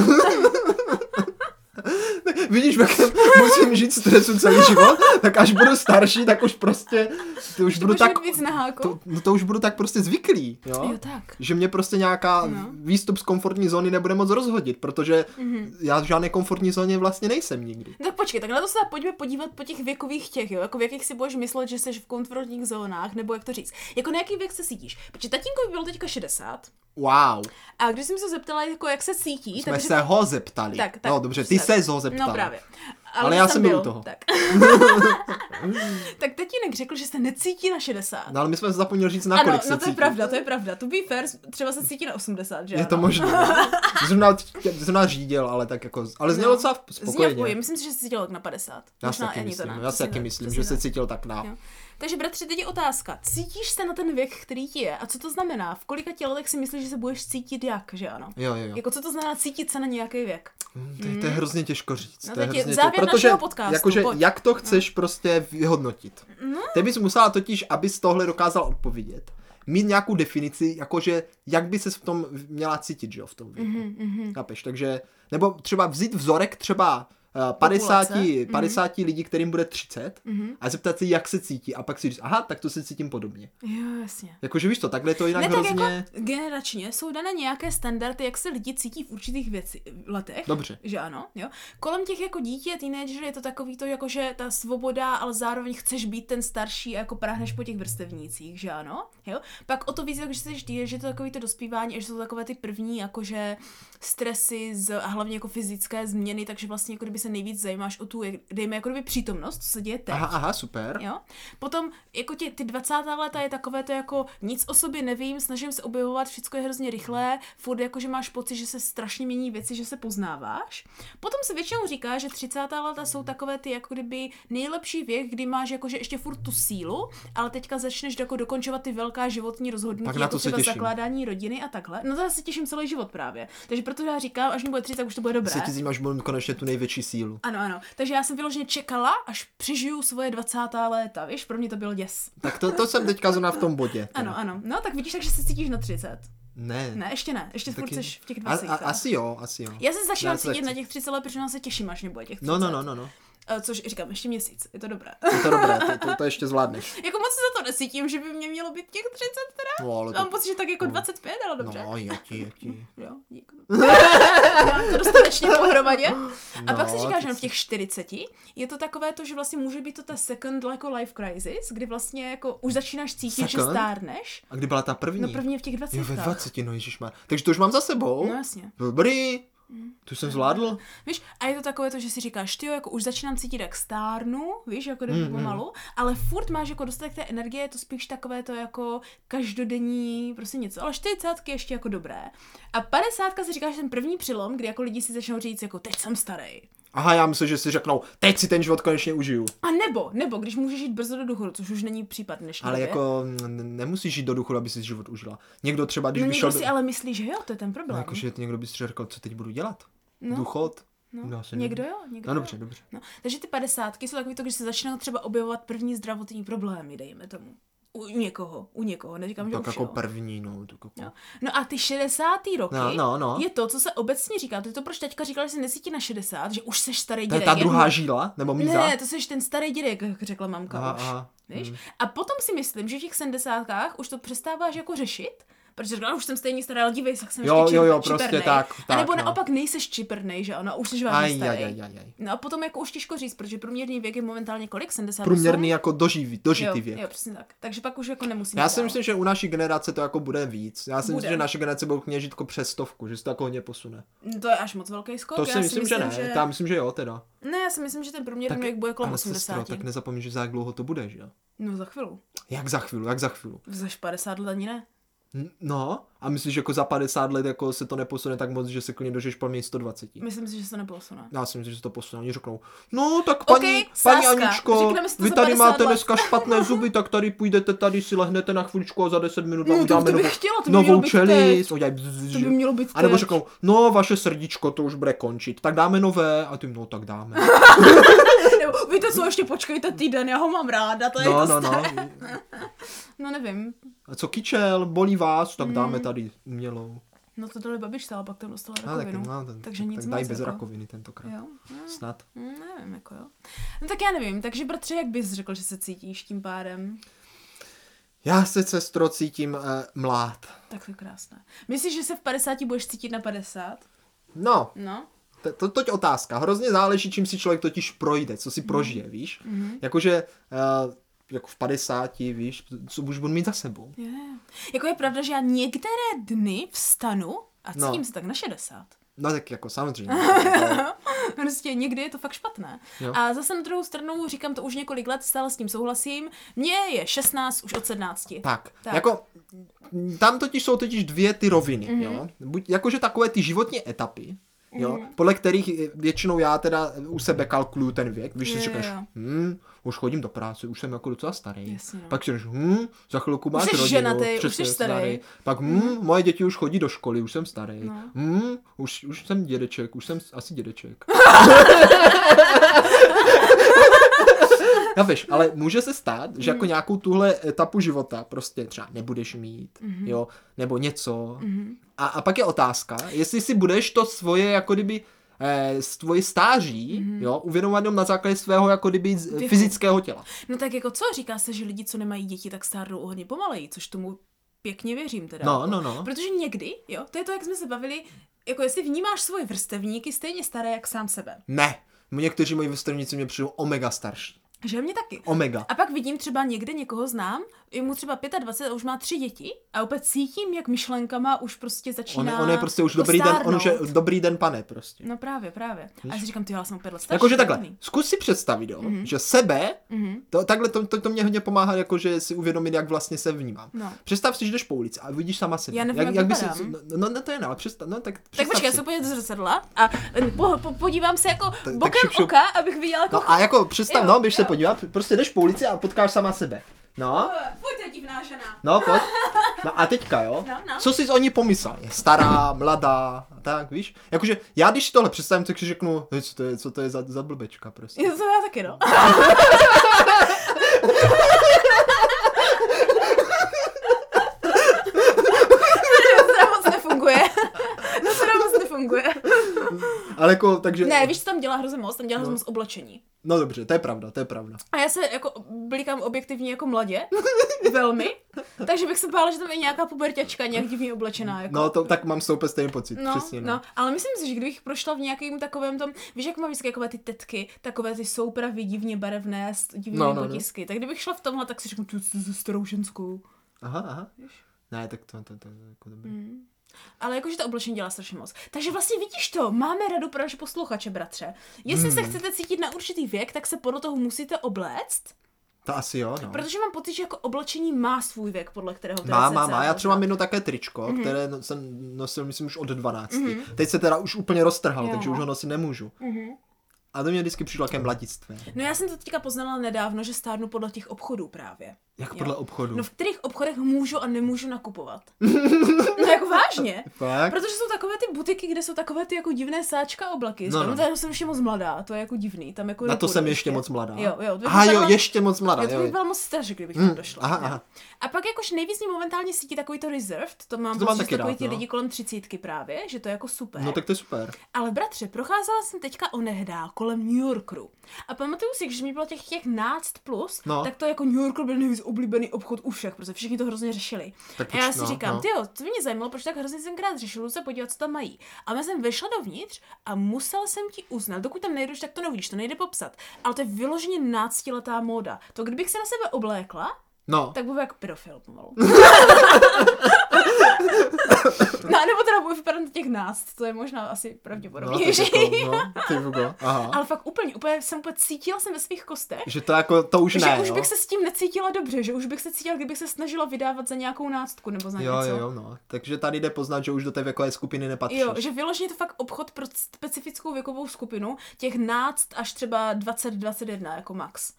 S1: Vidíš, v jakém musím žít stresu celý život, tak až budu starší, tak už prostě, to už budu
S2: Budeš
S1: tak,
S2: mít víc na háku.
S1: to, no to už budu tak prostě zvyklý, jo?
S2: Jo, tak.
S1: Že mě prostě nějaká
S2: No.
S1: výstup z komfortní zóny nebude moc rozhodit, protože
S2: Mhm.
S1: já v žádné komfortní zóně vlastně nejsem nikdy.
S2: Tak počkej, tak na to se pojďme podívat po těch věkových těch, jo? Jako v jakých si budeš myslet, že jsi v komfortních zónách, nebo jak to říct. Jako na jaký věk se cítíš? Protože tatínkovi bylo teďka 60
S1: Wow,
S2: a když jsem se zeptala, jako jak se cítí,
S1: jsme
S2: tak,
S1: se ho zeptali.
S2: tak, tak,
S1: no dobře, ty
S2: tak.
S1: se ho zeptala.
S2: No právě.
S1: Ale
S2: ty
S1: já
S2: jsi
S1: jsem
S2: tam
S1: byl u
S2: byl,
S1: toho. [laughs]
S2: Tak. tak tatínek řekl, že se necítí na 60.
S1: No ale my jsme zapomněli říct, na
S2: ano,
S1: kolik se
S2: no to
S1: cítí.
S2: je pravda, to je pravda. To be fair, třeba se cítí na 80, že
S1: Je to
S2: ano? [laughs]
S1: možné. Zrovna, zrovna řídil, ale tak jako, ale znělo
S2: No.
S1: docela
S2: Zní v pohybu,
S1: spokojeně.
S2: myslím si, že se cítil jak na 50.
S1: Já si
S2: Možná
S1: taky
S2: ani to
S1: myslím,
S2: ne,
S1: já si
S2: přesně
S1: taky
S2: tak,
S1: myslím,
S2: přesně
S1: že se
S2: tak.
S1: cítil tak na
S2: Jo. Takže bratře, teď je otázka. Cítíš se na ten věk, který ti je? A co to znamená? V kolika tělech si myslíš, že se budeš cítit jak, že ano?
S1: Jo, jo, jo.
S2: Jako co to znamená cítit se na nějaký věk?
S1: Mm, To, je- to je hrozně těžko říct.
S2: No
S1: to je
S2: tak je
S1: hrozně
S2: závěr
S1: protože
S2: našeho podcastu,
S1: jakože,
S2: pojď.
S1: jak to chceš prostě vyhodnotit.
S2: No.
S1: Ty bys musela totiž, abys tohle dokázal odpovědět, mít nějakou definici, jakože jak by ses v tom měla cítit, že jo, v tom věku.
S2: Mhm, mhm.
S1: Chápeš? Takže, nebo třeba vzít vzorek třeba eh, 50,
S2: Populace.
S1: 50 lidí, kterým bude 30
S2: Mhm.
S1: a zeptat se, jak se cítí a pak si říct, aha, tak to se cítím podobně.
S2: Jo, jasně.
S1: Jakože víš to, takhle je to jinak
S2: ne, tak
S1: hrozně...
S2: jako generačně jsou dané nějaké standardy, jak se lidi cítí v určitých věci, letech.
S1: Dobře.
S2: Že ano, jo. Kolem těch jako dítě, teenager je to takový to jako, že ta svoboda, ale zároveň chceš být ten starší a jako práhneš po těch vrstevnících, že ano, jo. Pak o to víc, jako, že jsi teenager, je to takový to dospívání, a že jsou to takové ty první jakože stresy z, a hlavně jako fyzické změny, takže vlastně jako kdyby se nejvíc zajímáš o tu, jak- dejme jako kdyby přítomnost, co se děje teď.
S1: Aha, aha, super.
S2: Jo? Potom, jako tě, ty 20. leta je takové to jako nic o sobě nevím, snažím se objevovat, všechno je hrozně rychlé, furt jako, že máš pocit, že se strašně mění věci, že se poznáváš. Potom se většinou říká, že 30. leta jsou takové ty jako kdyby nejlepší věk, kdy máš jakože ještě furt tu sílu, ale teďka začneš jako dokončovat ty velká životní rozhodnutí,
S1: Tak na
S2: jako
S1: to se
S2: třeba
S1: těším.
S2: zakládání rodiny a takhle. No to já se těším celý život právě. Takže proto já říkám, až mi bude 30, tak už to bude dobré.
S1: Se ti zím, až budu konečně tu největší sílu.
S2: Ano, ano. Takže já jsem vyloženě čekala, až přežiju svoje 20. léta, víš, pro mě to byl děs.
S1: Tak to, to jsem teďka zrovna v tom bodě. teda.
S2: Ano, ano. No, tak vidíš, takže se cítíš na 30.
S1: Ne.
S2: Ne, ještě ne, ještě furt
S1: Taky-
S2: jsi v těch
S1: A,
S2: 20.
S1: a, asi jo, asi jo.
S2: Já se začínám
S1: Ne, to tak
S2: cítit na
S1: chci.
S2: těch 30, ale protože se těším, až mě bude těch 30.
S1: No, no, no, no, no.
S2: Eh, Což říkám, ještě měsíc, je to dobré. [laughs]
S1: Je to dobré, to, to, to ještě zvládneš.
S2: jako moc se za to necítím, že by mě mělo být těch 30 teda.
S1: No, ale
S2: Mám
S1: to...
S2: pocit, že tak jako 25, ale dobře.
S1: No, je ti, je ti.
S2: Jo,
S1: [laughs]
S2: dík. Mám to dostatečně pohromadě. A
S1: No,
S2: pak si říkáš,
S1: teď
S2: že v
S1: si-
S2: těch 40 je to takové to, že vlastně může být to ta second jako life crisis, kdy vlastně jako už začínáš cítit, že
S1: Second?
S2: stárneš.
S1: A kdy byla ta první?
S2: No první je v těch
S1: Jo,
S2: 20.
S1: ve 20, no ježišmar. Takže to už mám za sebou.
S2: No jasně.
S1: Dobrý. Tu jsem zvládl.
S2: Víš, a je to takové to, že si říkáš, ty jako už začínám cítit, jak stárnu, víš, jako jdu
S1: Mm,
S2: pomalu, ale furt máš jako dostatek té energie, je to spíš takové to jako každodenní, prostě něco. Ale 40 je ještě jako dobré. A 50 si říkáš ten první přilom, kdy jako lidi si začnou říct, jako teď jsem starý.
S1: Aha, já myslím, že si řeknou, teď si ten život konečně užiju.
S2: A nebo, nebo když můžeš jít brzo do důchodu, což už není případ dnešní
S1: Ale
S2: době.
S1: jako n- nemusíš jít do důchodu, aby si život užila. Někdo třeba, když
S2: No
S1: by šel
S2: někdo
S1: do...
S2: si ale myslí, že jo, to je ten
S1: No,
S2: problém.
S1: jakože někdo by si řekl, co teď budu dělat?
S2: No.
S1: Důchod?
S2: no.
S1: já si
S2: někdo
S1: nevím.
S2: jo, někdo
S1: No
S2: jo.
S1: dobře, dobře.
S2: No, takže ty padesátky jsou takový to, když se začnou třeba objevovat první zdravotní problémy, dejme tomu. U někoho, u někoho, neříkám, že
S1: tak
S2: u
S1: jako
S2: všeho.
S1: první, no. Tak jako...
S2: Jo. No a ty 60. roky
S1: No, no, no.
S2: je to, co se obecně říká. To je to, proč teďka říkal, že se nesítí na 60, že už seš starý
S1: To je
S2: dědek.
S1: ta
S2: jak-
S1: druhá žíla, nebo míza?
S2: Ne, to seš ten starý dědek, jak řekla mamka
S1: Aha, hmm.
S2: už.
S1: aha.
S2: Víš? A potom si myslím, že v těch 70 už to přestáváš jako řešit, Protože řekla, no, už jsem stejně stará, dívej se, jak jsem
S1: Jo,
S2: ještě
S1: jo, jo,
S2: čiper-
S1: prostě
S2: čipernej.
S1: tak,
S2: A nebo
S1: tak, no.
S2: naopak nejseš čipernej, že ano, už jsi vážně
S1: Aj,
S2: starý.
S1: aj, aj, aj, aj.
S2: No a potom jako už těžko říct, protože průměrný věk je momentálně kolik? 78?
S1: Průměrný jako doživý, dožitý
S2: jo,
S1: věk.
S2: Jo, přesně tak. Takže pak už jako nemusíme.
S1: Já si
S2: dál.
S1: myslím, že u naší generace to jako bude víc. Já si
S2: Bude.
S1: myslím, že naše generace budou kněžit jako přes stovku, že se to jako hodně posune.
S2: No, To je až moc velký skok.
S1: To
S2: já
S1: si myslím, že ne. Že... Já myslím, že jo teda.
S2: Ne, já si myslím, že ten průměrný
S1: Tak,
S2: věk bude kolem
S1: Ale
S2: 80.
S1: sestro, no, tak nezapomeň, že za jak dlouho to bude, že jo?
S2: No za chvilu.
S1: Jak za chvíli, jak za chvíli.
S2: Za 50 let ani ne.
S1: N- No, a myslíš, že jako za 50 let jako se to neposune tak moc, že se klidně dožiješ paměť 120.
S2: Myslím si, že se to neposune.
S1: Já si myslím, že se to posune. Oni řeknou, no tak paní,
S2: Ok,
S1: paní
S2: Saska,
S1: Aničko,
S2: řekneme si to
S1: vy
S2: za
S1: tady
S2: 50
S1: máte
S2: let."
S1: dneska špatné zuby, tak tady půjdete, tady si lehnete na chviličku a za 10 minut vám
S2: No, to,
S1: uděláme
S2: to
S1: novou,
S2: bych chtěla, to by mělo
S1: novou
S2: být teď.
S1: čelist. udělají bzz,
S2: To
S1: že-
S2: by mělo být
S1: A nebo
S2: teď.
S1: řeknou, no vaše srdíčko, to už bude končit, tak dáme nové. A ty, no tak
S2: [laughs]
S1: dáme.
S2: [laughs] Nebo, víte co, ještě počkejte týden, já ho mám ráda, to je
S1: No,
S2: to
S1: no,
S2: no,
S1: no.
S2: no. nevím,
S1: A co kyčel, bolí vás, tak dáme tady umělou.
S2: no to dali babiš stále, pak tam dostala
S1: A tak,
S2: Mm. rakovinu.
S1: no, ten,
S2: takže
S1: tak,
S2: nic
S1: tak dají
S2: moc,
S1: bez
S2: jako.
S1: rakoviny tentokrát.
S2: Jo, no,
S1: Snad.
S2: mm, nevím, jako jo. No tak já nevím, takže bratře, jak bys řekl, že se cítíš tím pádem?
S1: Já se sestro cítím eh, mlád.
S2: Tak to je krásné. Myslíš, že se v 50 budeš cítit na 50?
S1: No,
S2: No,
S1: to, to, to je otázka. Hrozně záleží, čím si člověk totiž projde, co
S2: Hmm.
S1: si prožije, víš?
S2: Mhm.
S1: Jakože eh, jako v 50, víš, co už budu mít za sebou.
S2: je. Jako je pravda, že já některé dny vstanu a
S1: No.
S2: cítím se tak na 60.
S1: No tak jako samozřejmě.
S2: [laughs] Prostě někdy je to fakt špatné.
S1: Jo.
S2: Jo. A zase na druhou stranu, říkám to už několik let, stále s tím souhlasím, mně je 16 už od 17.
S1: Tak, tak,
S2: Tak.
S1: jako m, tam totiž jsou totiž dvě ty roviny,
S2: Mhm.
S1: mm-hmm. jo. Buď, jakože takové ty životní etapy, jo,
S2: Mhm.
S1: mm-hmm. podle kterých eh, většinou já teda u sebe kalkuluju ten věk, když si
S2: Jo,
S1: říkáš,
S2: jo, jo.
S1: hm, už chodím do práce, už jsem jako docela starý.
S2: Jasně, no.
S1: Pak si říkáš, hm, za chvilku máš
S2: jsi
S1: rodinu,
S2: ženatý, už
S1: přesně,
S2: jsi starý. Mhm.
S1: Pak, hm, moje děti už chodí do školy, už jsem starý.
S2: No.
S1: Hm, už, už jsem dědeček, už jsem s- asi
S2: [laughs]
S1: dědeček. Já víš, ale může se stát, že
S2: Mhm.
S1: jako nějakou tuhle etapu života prostě třeba nebudeš mít,
S2: Mhm.
S1: mm-hmm. jo, nebo něco. Mm-hmm. A, a pak je otázka, jestli si budeš to svoje, jako kdyby, eh, svoje stáří,
S2: Mhm.
S1: mm-hmm. jo, uvědomovat jenom na základě svého, jako kdyby, z-
S2: Věku.
S1: fyzického těla.
S2: No tak jako co, říká se, že lidi, co nemají děti, tak stárnou o hodně pomaleji, což tomu pěkně věřím teda.
S1: No, no, no.
S2: Protože někdy, jo, to je to, jak jsme se bavili, jako jestli vnímáš svoje vrstevníky stejně staré, jak sám sebe.
S1: Ne, někteří moji vrstevníci mě přijdou omega starší.
S2: Že mě taky.
S1: Omega.
S2: A pak vidím třeba někde někoho znám, je mu třeba 25 a už má tři děti a opět cítím, jak myšlenkama už prostě
S1: On,
S2: začíná
S1: on je prostě už
S2: jako
S1: dobrý den, on už je
S2: stárnout.
S1: dobrý den pane prostě.
S2: No právě, právě. A já si říkám, ty já jsem o pět let starší. Mhm,
S1: Jakože
S2: to je
S1: Jako, takhle,
S2: divný. Mhm.
S1: zkus si představit, jo, mm-hmm. že sebe, mm-hmm. to, takhle to, to, to mě hodně pomáhá, jakože si uvědomit, jak vlastně se vnímám.
S2: No.
S1: Představ si, že jdeš po ulici a vidíš sama sebe.
S2: Já nevím, jak
S1: jak by si,
S2: vypadám.
S1: no, no, no, to je ne, ale představ, no, tak
S2: Tak
S1: představ
S2: počkej, já
S1: si.
S2: se podívám do zrcadla a eh, po, po, podívám se jako
S1: tak
S2: bokem
S1: šup, šup.
S2: oka, abych viděla jako...
S1: No a jako představ,
S2: Jo,
S1: no, běž se
S2: jo.
S1: podívat, prostě jdeš po ulici a potkáš sama sebe. No,
S2: Pojďte, divná žena.
S1: no, pojď. No a teďka, jo,
S2: No, no.
S1: co jsi o ní pomyslel? Je stará, mladá, a tak, víš? Jakože já, když si tohle představím, tak si řeknu, "Hej, co to je, co to je za, za blbečka, prostě.
S2: Jo, to já taky, no. To teda moc nefunguje. No to teda moc nefunguje.
S1: Ale jako, takže...
S2: Ne, víš, co tam dělá hrozně moc? Tam dělá hrozně moc oblečení.
S1: No dobře, to je pravda, to je pravda.
S2: A já se jako blikám objektivně jako mladě. Velmi. Takže bych se bála, že tam je nějaká puberťačka nějak divně oblečená. Jako.
S1: No, to, tak mám s tou úplně stejný pocit,
S2: No,
S1: přesně. No.
S2: no, ale myslím si, že kdybych prošla v nějakém takovém tom, víš, jak mám vždycky takové ty tetky, takové ty soupravy divně barevné, s divnými
S1: No,
S2: no,
S1: no, no.
S2: no, potisky, tak kdybych šla v tomhle, tak si řeknu, ty jsi se starou ženskou.
S1: Aha, aha.
S2: Víš? Mm.
S1: Ne, tak to, to, to, je jako dobrý.
S2: Ale jakože to oblečení dělá strašně moc. Takže vlastně vidíš to, máme radu pro naše posluchače, bratře. Jestli
S1: Hmm.
S2: se chcete cítit na určitý věk, tak se podle toho musíte obléct,
S1: To asi jo, no.
S2: protože mám pocit, že jako oblečení má svůj věk, podle kterého teda
S1: Má,
S2: se
S1: má, má.
S2: celá
S1: Já třeba
S2: rozhodne.
S1: mám jedno také tričko,
S2: Mhm.
S1: mm-hmm. které no- jsem nosil, myslím, už od 12. Mm-hmm. Teď se teda už úplně roztrhalo,
S2: Jo,
S1: takže
S2: no.
S1: už ho nosit nemůžu. Mm-hmm. A to mě vždycky přišlo ke mladictví.
S2: Mhm. No já jsem to teďka poznala nedávno, že stárnu podle těch obchodů právě.
S1: Jak
S2: Jo.
S1: podle obchodu.
S2: No v kterých obchodech můžu a nemůžu nakupovat? No jako vážně.
S1: Fakt?
S2: Protože jsou takové ty butiky, kde jsou takové ty jako divné sáčka oblaky.
S1: No,
S2: No,
S1: no.
S2: no. Tam jsem ještě moc mladá, to je jako divný. Tam jako
S1: Na to
S2: nepůjdu
S1: jsem ještě moc mladá.
S2: Jo, jo, to bych
S1: Aha, jo,
S2: vypadala-
S1: ještě moc mladá.
S2: Já to
S1: Jo,
S2: bych
S1: jo.
S2: byla moc starší, kdybych
S1: Mm,
S2: tam došla.
S1: aha,
S2: jo.
S1: aha.
S2: A pak jakož nejvíc mě momentálně sítí takový to reserved, to mám
S1: To mám
S2: pocit,
S1: taky
S2: že takový
S1: rád,
S2: ty
S1: no.
S2: lidi kolem třicítky právě, že to je jako super.
S1: No tak to je super.
S2: Ale bratře, procházela jsem teďka onehdá kolem New Yorku. A pamatuju si, když mi bylo těch těch náct plus,
S1: No.
S2: no. tak to jako New York byl nejvíc oblíbený obchod u všech, protože všichni to hrozně řešili.
S1: Tak
S2: A já
S1: poč-
S2: si
S1: no,
S2: říkám,
S1: no.
S2: ty jo, to mě zajímalo, proč tak hrozně tenkrát řešil, se podívat, co tam mají. A já jsem vešla dovnitř a musel jsem ti uznat, dokud tam nejdeš, tak to nevidíš, to nejde popsat. Ale to je vyloženě náctiletá móda. To kdybych se na sebe oblékla,
S1: No,
S2: tak budu jak pedofil pomalu. no, nebo teda budu vypadat na těch náct, to je možná asi
S1: no, tak
S2: pravděpodobnější.
S1: jako, no, ty Hugo, aha.
S2: Ale fakt úplně, úplně jsem úplně cítila jsem ve svých kostech,
S1: Že to jako, to už
S2: že
S1: ne,
S2: už
S1: jo?
S2: bych se s tím necítila dobře, že už bych se cítila, kdybych se snažila vydávat za nějakou náctku nebo za
S1: Jo,
S2: něco.
S1: jo, jo, no. Takže tady jde poznat, že už do té věkové skupiny nepatříš.
S2: Jo, že vyloženě to fakt obchod pro specifickou věkovou skupinu, těch náct až třeba 20-21 jako max.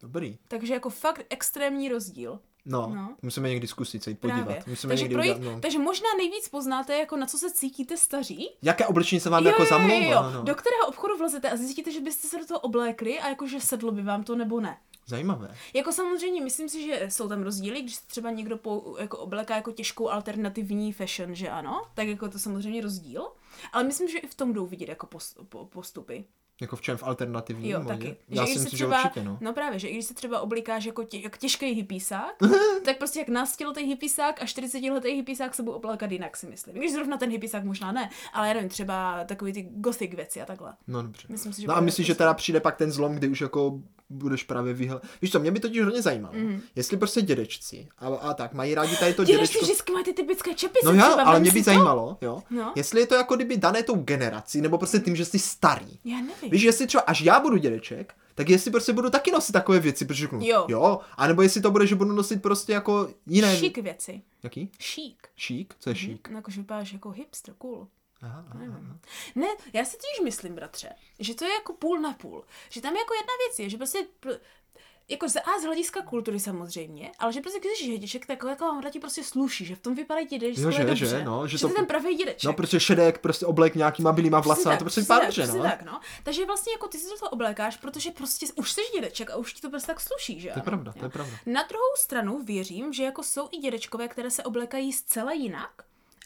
S1: Dobrý.
S2: Takže jako fakt extrémní rozdíl.
S1: No,
S2: No.
S1: musíme někdy zkusit se jít podívat.
S2: Právě.
S1: Musíme
S2: takže,
S1: někdy
S2: projít,
S1: udělat, no.
S2: takže možná nejvíc poznáte, jako na co se cítíte staří.
S1: Jaké oblečení se vám jako zamlouvá? No.
S2: Do kterého obchodu vlezete a zjistíte, že byste se do toho oblékli a jakože sedlo by vám to nebo ne.
S1: Zajímavé.
S2: Jako samozřejmě, myslím si, že jsou tam rozdíly, když se třeba někdo po, jako obleká jako těžkou alternativní fashion, že ano, tak jako je to samozřejmě rozdíl. Ale myslím, že i v tom jdou vidět jako pos- po- postupy.
S1: Jako v čem v alternativní
S2: Jo,
S1: modě?
S2: taky.
S1: Já
S2: i
S1: si
S2: když se
S1: myslím, že určitě, no.
S2: no právě, že i když se třeba oblikáš jako, tě, jako těžký
S1: [laughs]
S2: hypísák, tak prostě jak náctiletý hypísák a 40-letý hypísák se budou oblékat jinak, si myslím. I Když zrovna ten hypísák možná ne, ale já nevím, třeba takový ty gothic věci a takhle.
S1: No dobře.
S2: Myslím si, že
S1: No a
S2: bude
S1: myslíš, že
S2: prostě-
S1: teda přijde pak ten zlom, kdy už jako budeš právě vyhle... Víš co, mě by totiž hodně zajímalo, mm. jestli prostě dědečci a, a tak mají rádi tady to
S2: Mhm. Dědečci
S1: dědečko...
S2: vždycky mají ty typické čepy,
S1: No
S2: se
S1: jo,
S2: třeba,
S1: ale
S2: vem
S1: mě
S2: si
S1: by
S2: to.
S1: zajímalo, jo,
S2: No.
S1: jestli je to jako kdyby dané tou generací, nebo prostě tím, že jsi starý.
S2: Já nevím.
S1: Víš, jestli třeba až já budu dědeček, tak jestli prostě budu taky nosit takové věci, protože řeknu,
S2: Jo.
S1: jo, anebo jestli to bude, že budu nosit prostě jako jiné...
S2: Šík věci.
S1: Jaký?
S2: Šík.
S1: Šík? Co je šík?
S2: No, jakože vypadáš jako hipster, cool.
S1: Aha, aha, aha.
S2: Ne, já si tím myslím, bratře, že to je jako půl na půl. Že tam jako jedna věc je, že prostě pr- jako z, a z hlediska kultury samozřejmě, ale že prostě když jsi dědeček, tak jako vám ti prostě sluší, že v tom vypadají ti dědeček
S1: Jo, že-
S2: dobře,
S1: že, no, že
S2: že
S1: to-
S2: to je ten pravý dědeček.
S1: No, protože šedek, prostě oblek nějakýma bílýma
S2: Přesně
S1: vlasama,
S2: tak,
S1: to prostě
S2: přesně
S1: vypadá
S2: tak,
S1: dobře,
S2: přesně
S1: no.
S2: Tak, no. Takže vlastně jako ty si to oblékáš, protože prostě už jsi dědeček a už ti to prostě tak sluší, že?
S1: To je
S2: ano?
S1: pravda,
S2: Jo.
S1: to je pravda.
S2: Na druhou stranu věřím, že jako jsou i dědečkové, které se oblekají zcela jinak,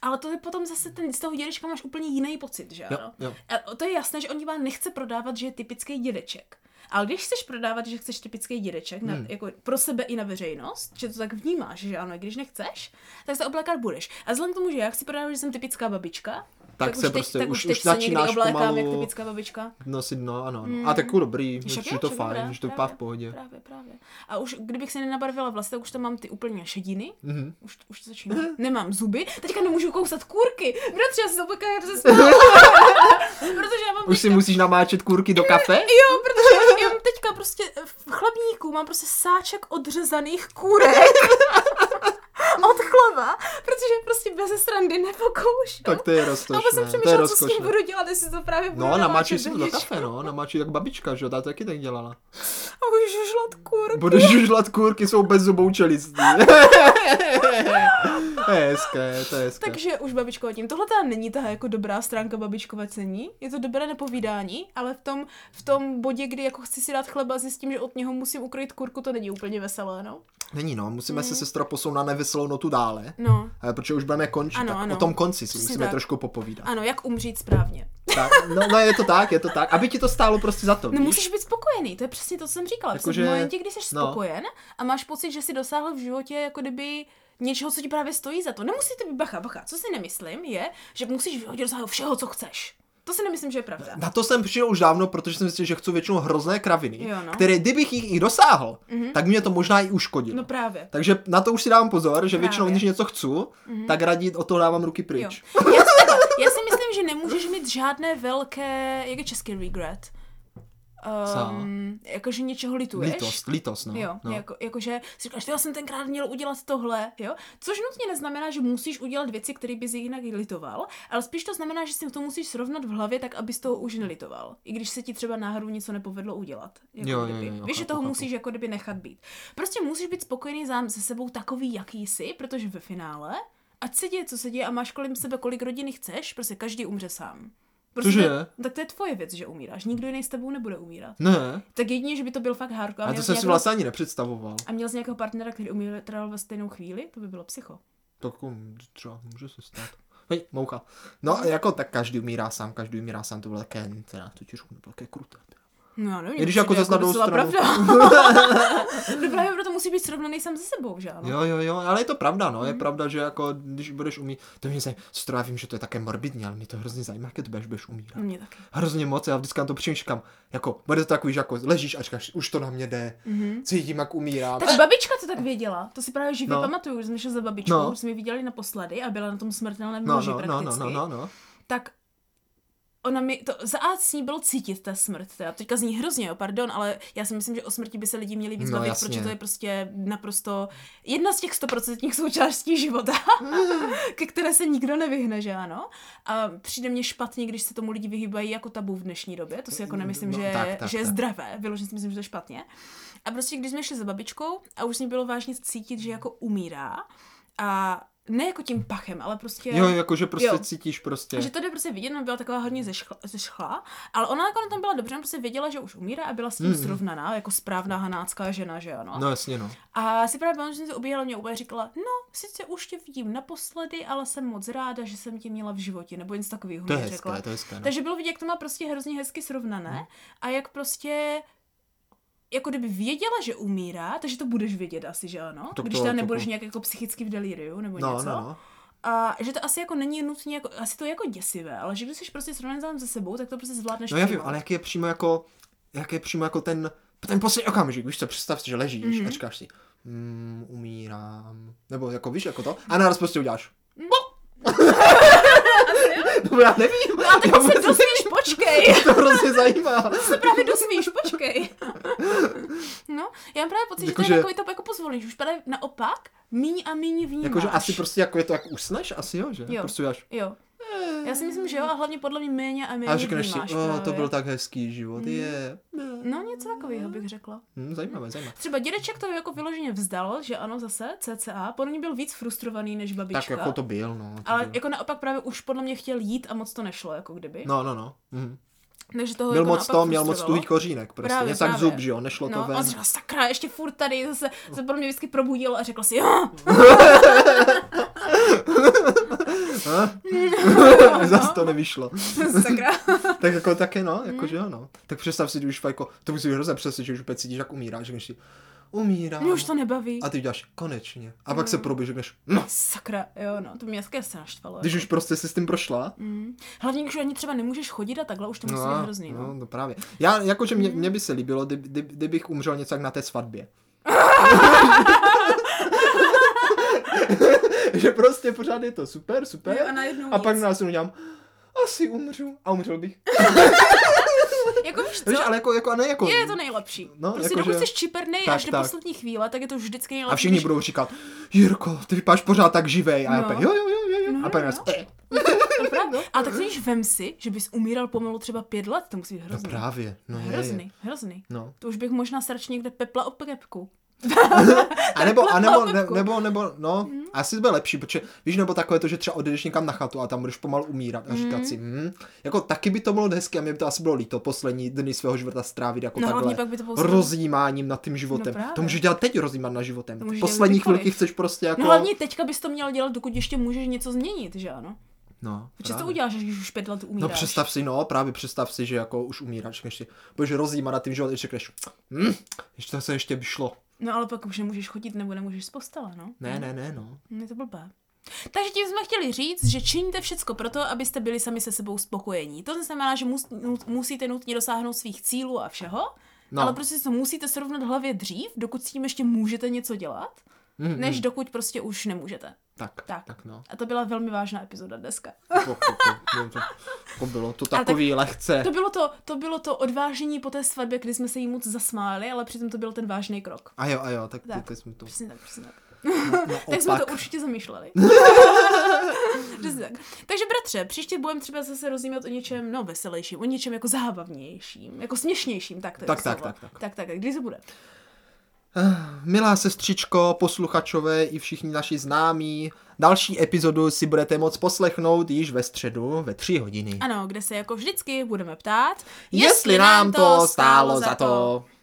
S2: ale to je potom zase ten, z toho dědečka máš úplně jiný pocit, že
S1: Jo,
S2: ano?
S1: jo.
S2: A to je jasné, že on vám nechce prodávat, že je typický dědeček. Ale když chceš prodávat, že chceš typický dědeček,
S1: Hmm.
S2: na, jako pro sebe i na veřejnost, že to tak vnímáš, že ano, i když nechceš, tak se oblékat budeš. A vzhledem k tomu, že já chci prodávat, že jsem typická babička,
S1: Tak se
S2: už
S1: prostě-
S2: teď, tak
S1: už-
S2: už,
S1: už
S2: teď se někdy
S1: začínáš
S2: oblékám
S1: pomalu-
S2: jak Hmm. typická babička.
S1: Nosit, no, ano. ano. A tak jako dobrý,
S2: Však
S1: že
S2: jo,
S1: to
S2: však
S1: fajn,
S2: dobrá,
S1: že to vypadá
S2: právě,
S1: v pohodě.
S2: Právě, právě. A už kdybych se nenabarvila vlasy, tak už tam mám ty úplně šediny.
S1: Mhm.
S2: Mm-hmm. Už, už to začíná. Nemám zuby. Teďka nemůžu kousat kůrky. Bratře, já se oblekám,
S1: [laughs]
S2: se spala. [laughs] protože já mám
S1: Už si musíš namáčet kůrky do kafe?
S2: Jo, protože já mám teďka prostě v chlebníku mám prostě sáček odřezaných
S1: [laughs]
S2: kůrek. Od chleba, protože prostě bez srandy nepokoušu.
S1: Tak to je
S2: a pak jsem
S1: rozkošné, to je
S2: přemýšlela, co s tím
S1: rozkošné.
S2: budu dělat, jestli to právě budu
S1: No, namáčíš
S2: namáčet
S1: si to
S2: do
S1: do
S2: něčeho.
S1: [laughs] kafe, no, namáčí jak babička, že jo, ta taky tak dělala.
S2: A už žužlat kůrky.
S1: Budeš žužlat kůrky, jsou bez zubou čelistí. [laughs] to je hezké, to je hezké.
S2: Takže už babičkova tím. Tohle teda není ta jako dobrá stránka babičkova cení. Je to dobré nepovídání, ale v tom, v tom bodě, kdy jako chci si dát chleba, zjistím, že od něho musím ukrojit kurku, to není úplně veselé, no.
S1: Není no, musíme
S2: Hmm.
S1: se sestra posunout na neveselou notu dále.
S2: No.
S1: Ale protože už budeme končit,
S2: Ano,
S1: tak
S2: ano.
S1: o tom konci si
S2: Přesně
S1: musíme
S2: tak.
S1: trošku popovídat.
S2: Ano, jak umřít správně.
S1: Tak, no, no, je to tak, je to tak. Aby ti to stálo prostě za to,
S2: No
S1: víš?
S2: musíš být spokojený, to je přesně to, co jsem říkala. Jako
S1: Jakože-
S2: že... V momentě, kdy jsi
S1: no.
S2: spokojen a máš pocit, že jsi dosáhl v životě jako kdyby něčeho, co ti právě stojí za to. Nemusí to být bacha, bacha. Co si nemyslím, je, že musíš v životě dosáhnout všeho, co chceš. To si nemyslím, že je pravda.
S1: Na to jsem přišel už dávno, protože jsem zjistil, že chci většinou hrozné kraviny,
S2: Jo, no. Mhm.
S1: které kdybych jich i dosáhl, tak mě to možná i uškodilo.
S2: No právě.
S1: Takže na to už si dávám pozor, že většinou,
S2: Právě. Mhm.
S1: když něco chci, tak radit o to dávám ruky pryč.
S2: Jo.
S1: [laughs]
S2: Já, si, takhle, já si myslím, že nemůžeš mít žádné velké, jak je český regret?
S1: Sám.
S2: Um, jakože něčeho lituješ.
S1: Lítost, lítost, no.
S2: Jo,
S1: no.
S2: Jako, jakože si říkáš, "Ty, já jsem tenkrát měl udělat tohle, jo. Což nutně neznamená, že musíš udělat věci, které bys jinak litoval, ale spíš to znamená, že si to musíš srovnat v hlavě tak, abys toho už nelitoval. I když se ti třeba náhodou něco nepovedlo udělat. Jako
S1: Jo, jo,
S2: kdyby.
S1: jo, jo,
S2: Víš, že
S1: chápu,
S2: toho
S1: chápu.
S2: musíš jako kdyby nechat být. Prostě musíš být spokojený sám se sebou takový, jaký jsi, protože ve finále, ať se děje, co se děje a máš kolem sebe, kolik rodiny chceš, prostě každý umře sám. Prostě
S1: Cože?
S2: to- tak to je tvoje věc, že umíráš. Nikdo jiný s tebou nebude umírat.
S1: Ne,
S2: Tak jedině, že by to byl fakt hardcore.
S1: a
S2: měl
S1: to
S2: jsi
S1: jsem si
S2: nějakou-
S1: vlastně ani nepředstavoval.
S2: a měl jsi nějakého partnera, který umíral ve stejnou chvíli? To by bylo psycho.
S1: Tak jako, třeba může se stát. Hej, moucha.
S2: Mhm.
S1: No, jako tak každý umírá sám, každý umírá sám, to bylo také, teda, to ti řeknu, bylo také kruté. teda.
S2: No já nevím,
S1: I když
S2: to
S1: jako
S2: přijde
S1: zas na druhou
S2: docela
S1: stranu.
S2: [laughs]
S1: [laughs]
S2: pravda. no právě proto musí být srovnaný sám ze sebou, že ano? Mhm.
S1: Jo, jo, jo, ale je to pravda, no, je pravda, že jako, když budeš umít, to mě zajímá, co to já vím, že to je také morbidní, ale mě to hrozně zajímá, jak to budeš, budeš umírat.
S2: No, Mě taky.
S1: Hrozně moc, já vždycky na to přijím, říkám, jako, bude to takový, že jako ležíš a říkáš, už to na mě jde,
S2: Mhm.
S1: cítím, jak umírám.
S2: Tak babička to tak věděla, to si právě živě
S1: No.
S2: pamatuju, že jsme šli za babičkou,
S1: No.
S2: no. jsme ji viděli naposledy a byla na tom smrtelném
S1: no,
S2: noži
S1: no, no,
S2: prakticky.
S1: no, no, no, no.
S2: tak ona mi, to za A s ní bylo cítit ta smrt, teda. teďka zní hrozně, jo, pardon, ale já si myslím, že o smrti by se lidi měli víc
S1: No,
S2: bavit,
S1: jasně.
S2: protože to je prostě naprosto jedna z těch stoprocentních
S1: [laughs]
S2: součástí života, ke které se nikdo nevyhne, že ano. A přijde mně špatně, když se tomu lidi vyhýbají jako tabu v dnší době, to si jako nemyslím,
S1: No,
S2: že,
S1: tak, tak,
S2: že je
S1: tak.
S2: zdravé, vyloženě si myslím, že to je špatně. A prostě když jsme šli za babičkou a už s ní bylo vážně cítit, že jako umírá a ne jako tím pachem, ale prostě...
S1: Jo, jakože prostě
S2: Jo.
S1: cítíš prostě.
S2: Že to jde prostě vidět, ona byla taková hodně ze škla, ze škla ale ona nakonec tam byla dobře, ona prostě věděla, že už umírá a byla s tím
S1: Mm, mm.
S2: srovnaná, jako správná hanácká žena, že ano.
S1: No jasně, no.
S2: A si právě pamatuju, že jsem se objíhala mě úplně říkala, no, sice už tě vidím naposledy, ale jsem moc ráda, že jsem tě měla v životě, nebo něco takového
S1: To je
S2: mi
S1: hezké, to je Hmm. hezké, no.
S2: Takže bylo vidět, jak to má prostě hrozně hezky srovnané a jak prostě jako kdyby věděla, že umírá, takže to budeš vědět asi, že ano,
S1: Tak
S2: když
S1: to-
S2: tam
S1: to-
S2: nebudeš nějak jako psychicky v delíriu nebo
S1: No, no,
S2: něco.
S1: no.
S2: A že to asi jako není nutně, jako, asi to je jako děsivé, ale že když jsi prostě srovnaný sám se sebou, tak to prostě zvládneš.
S1: No já vím,
S2: přijmout.
S1: ale jaký je přímo jako, jaký je přímo jako ten, ten poslední okamžik, víš co, představ si, že ležíš mm-hmm. a
S2: Mhm.
S1: říkáš si, mm, umírám, nebo jako víš, jako to, a naraz prostě uděláš, no. Nebo já nevím, no,
S2: A tak prostě-
S1: já
S2: to se
S1: [laughs]
S2: dozvíš, počkej! [laughs]
S1: to hrozně zajímá.
S2: To se právě dozvíš, počkej! No, já mám právě pocit, že to
S1: Jakože-
S2: je takový to jako pozvolíš, už právě naopak, míň a míň vnímáš.
S1: Jakože asi prostě jako je to jak usneš, asi jo, že?
S2: Jo.
S1: Prostě uděláš, eh.
S2: Jo, já si myslím, že jo, a hlavně podle mě méně a méně
S1: a řekneš si,
S2: vnímáš
S1: o, to
S2: právě.
S1: byl tak hezký život,
S2: Mhm.
S1: je.
S2: No něco takového bych řekla.
S1: Hm, zajímavé, zajímavé.
S2: Třeba dědeček to jako vyloženě vzdal, že ano zase, CCA, podle mě byl víc frustrovaný než babička.
S1: Tak jako to byl, no. To
S2: Ale
S1: byl.
S2: jako naopak právě už podle mě chtěl jít a moc to nešlo, jako kdyby.
S1: No, no, no. Mhm.
S2: Takže toho
S1: Byl
S2: jako
S1: moc
S2: naopak
S1: to, měl moc tuhý
S2: frustrovalo.
S1: kořínek, prostě.
S2: Právě,
S1: Něco tak
S2: právě.
S1: zub, že jo, nešlo to
S2: No,
S1: ven. No.
S2: on si říkal, sakra, ještě furt tady, zase se pro mě vždycky probudil a řekl
S1: [laughs]
S2: si, jo, [laughs]
S1: Eh?
S2: no. [laughs]
S1: [laughs] Zas to nevyšlo.
S2: sakra.
S1: Tak jako také no,
S2: Mm.
S1: jako že jo, no. Tak představ si, když už fakt jako, to musí být hrozně přesně, že už úplně cítíš, jak umíráš, že si umírá.
S2: Mě už to nebaví.
S1: No. A ty uděláš konečně. A pak se probíš, že řekneš, no.
S2: Sakra, jo, no, to mě také se naštvalo.
S1: Když už prostě si s tím prošla.
S2: Mm. Hlavně, když už ani třeba nemůžeš chodit a takhle, už to musí být hrozný. No. Mm.
S1: no, to právě. Já, jakože mě, mě by se líbilo, kdy- kdy- kdybych umřel něco jak na té
S2: [laughs]
S1: svatbě. že prostě pořád je to super, super.
S2: Jo, a najednou
S1: a pak
S2: nic.
S1: nás udělám, asi umřu. A umřel bych.
S2: Jako víš co,
S1: Víš, ale jako, jako, a ne jako...
S2: je to nejlepší.
S1: No,
S2: No, prostě
S1: jakože-
S2: jako, dokud jsi čipernej
S1: Tak,
S2: až do
S1: tak.
S2: poslední chvíle, tak je to vždycky nejlepší.
S1: A všichni
S2: když-
S1: budou říkat, Jirko, ty vypadáš pořád tak živej. A já
S2: No.
S1: no. jo, jo, jo, jo, jo.
S2: No,
S1: a pak
S2: no,
S1: nás,
S2: no.
S1: eh,
S2: To pravda. A tak když vem si, že bys umíral pomalu třeba pět let, to musí být
S1: no
S2: hrozný.
S1: právě, no je, je.
S2: Hrozný, hrozný.
S1: No.
S2: To už bych možná srč někde pepla o pepku.
S1: A nebo, a
S2: Takhle Mhm.
S1: nebo, ne,
S2: na pepku.
S1: nebo, nebo, no, asi to bude lepší, protože víš, nebo takové to, že třeba odejdeš někam na chatu a tam budeš pomalu umírat a
S2: Mhm.
S1: říkat si, hm, jako taky by to bylo hezky a mě by to asi bylo líto poslední dny svého života strávit jako
S2: No hlavně
S1: takhle
S2: pak by to bylo
S1: rozjímáním nad tím životem.
S2: právě.
S1: to můžeš dělat teď rozjímat nad životem.
S2: To můžeš dělat
S1: Poslední
S2: kdykoliv.
S1: chvilky chceš prostě jako...
S2: No hlavně teďka bys to měl dělat, dokud ještě můžeš něco změnit, že ano?
S1: no,
S2: Protože to
S1: právě.
S2: uděláš, když už pět let
S1: No
S2: umíráš.
S1: představ si, no, právě představ si, že jako už umíráš, řekneš si, budeš rozjímat nad tím, že řekneš, hm, ještě to se ještě by šlo.
S2: No ale pak už nemůžeš chodit nebo nemůžeš z postele, no.
S1: Ne, ne, ne, no.
S2: Je to blbé. Takže tím jsme chtěli říct, že činíte všecko proto, abyste byli sami se sebou spokojení. To neznamená, že mus, nu- musíte nutně dosáhnout svých cílů a všeho,
S1: No.
S2: no. ale prostě to musíte srovnat v hlavě dřív, dokud s tím ještě můžete něco dělat,
S1: Mm,
S2: než dokud prostě už nemůžete.
S1: Tak, tak,
S2: Tak.
S1: tak no.
S2: A to byla velmi vážná epizoda dneska.
S1: To, to, to, to, to jako bylo to
S2: tak-
S1: takový lehce.
S2: To bylo to, to bylo to odvážení po té svatbě, kdy jsme se jí moc zasmáli, ale přitom to byl ten vážný krok.
S1: A jo, a jo, tak, tak.
S2: Tak.
S1: Ty, jsme
S2: [laughs]
S1: to
S2: Přesně tak, přesně tak. Tak jsme
S1: naopak.
S2: to
S1: [laughs]
S2: určitě zamýšleli. Přesně tak. Takže bratře, příště budeme třeba zase rozjímat o něčem no, veselějším, o něčem jako zábavnějším, jako směšnějším, tak to je
S1: Tak,
S2: to
S1: tak,
S2: slovo.
S1: tak, tak.
S2: tak, tak, kdy se bude?
S1: Eh, Milá sestřičko, posluchačové i všichni naši známí, další epizodu si budete moc poslechnout již ve středu ve tři hodiny.
S2: Ano, kde se jako vždycky budeme ptát,
S1: Jestli nám to stálo za to.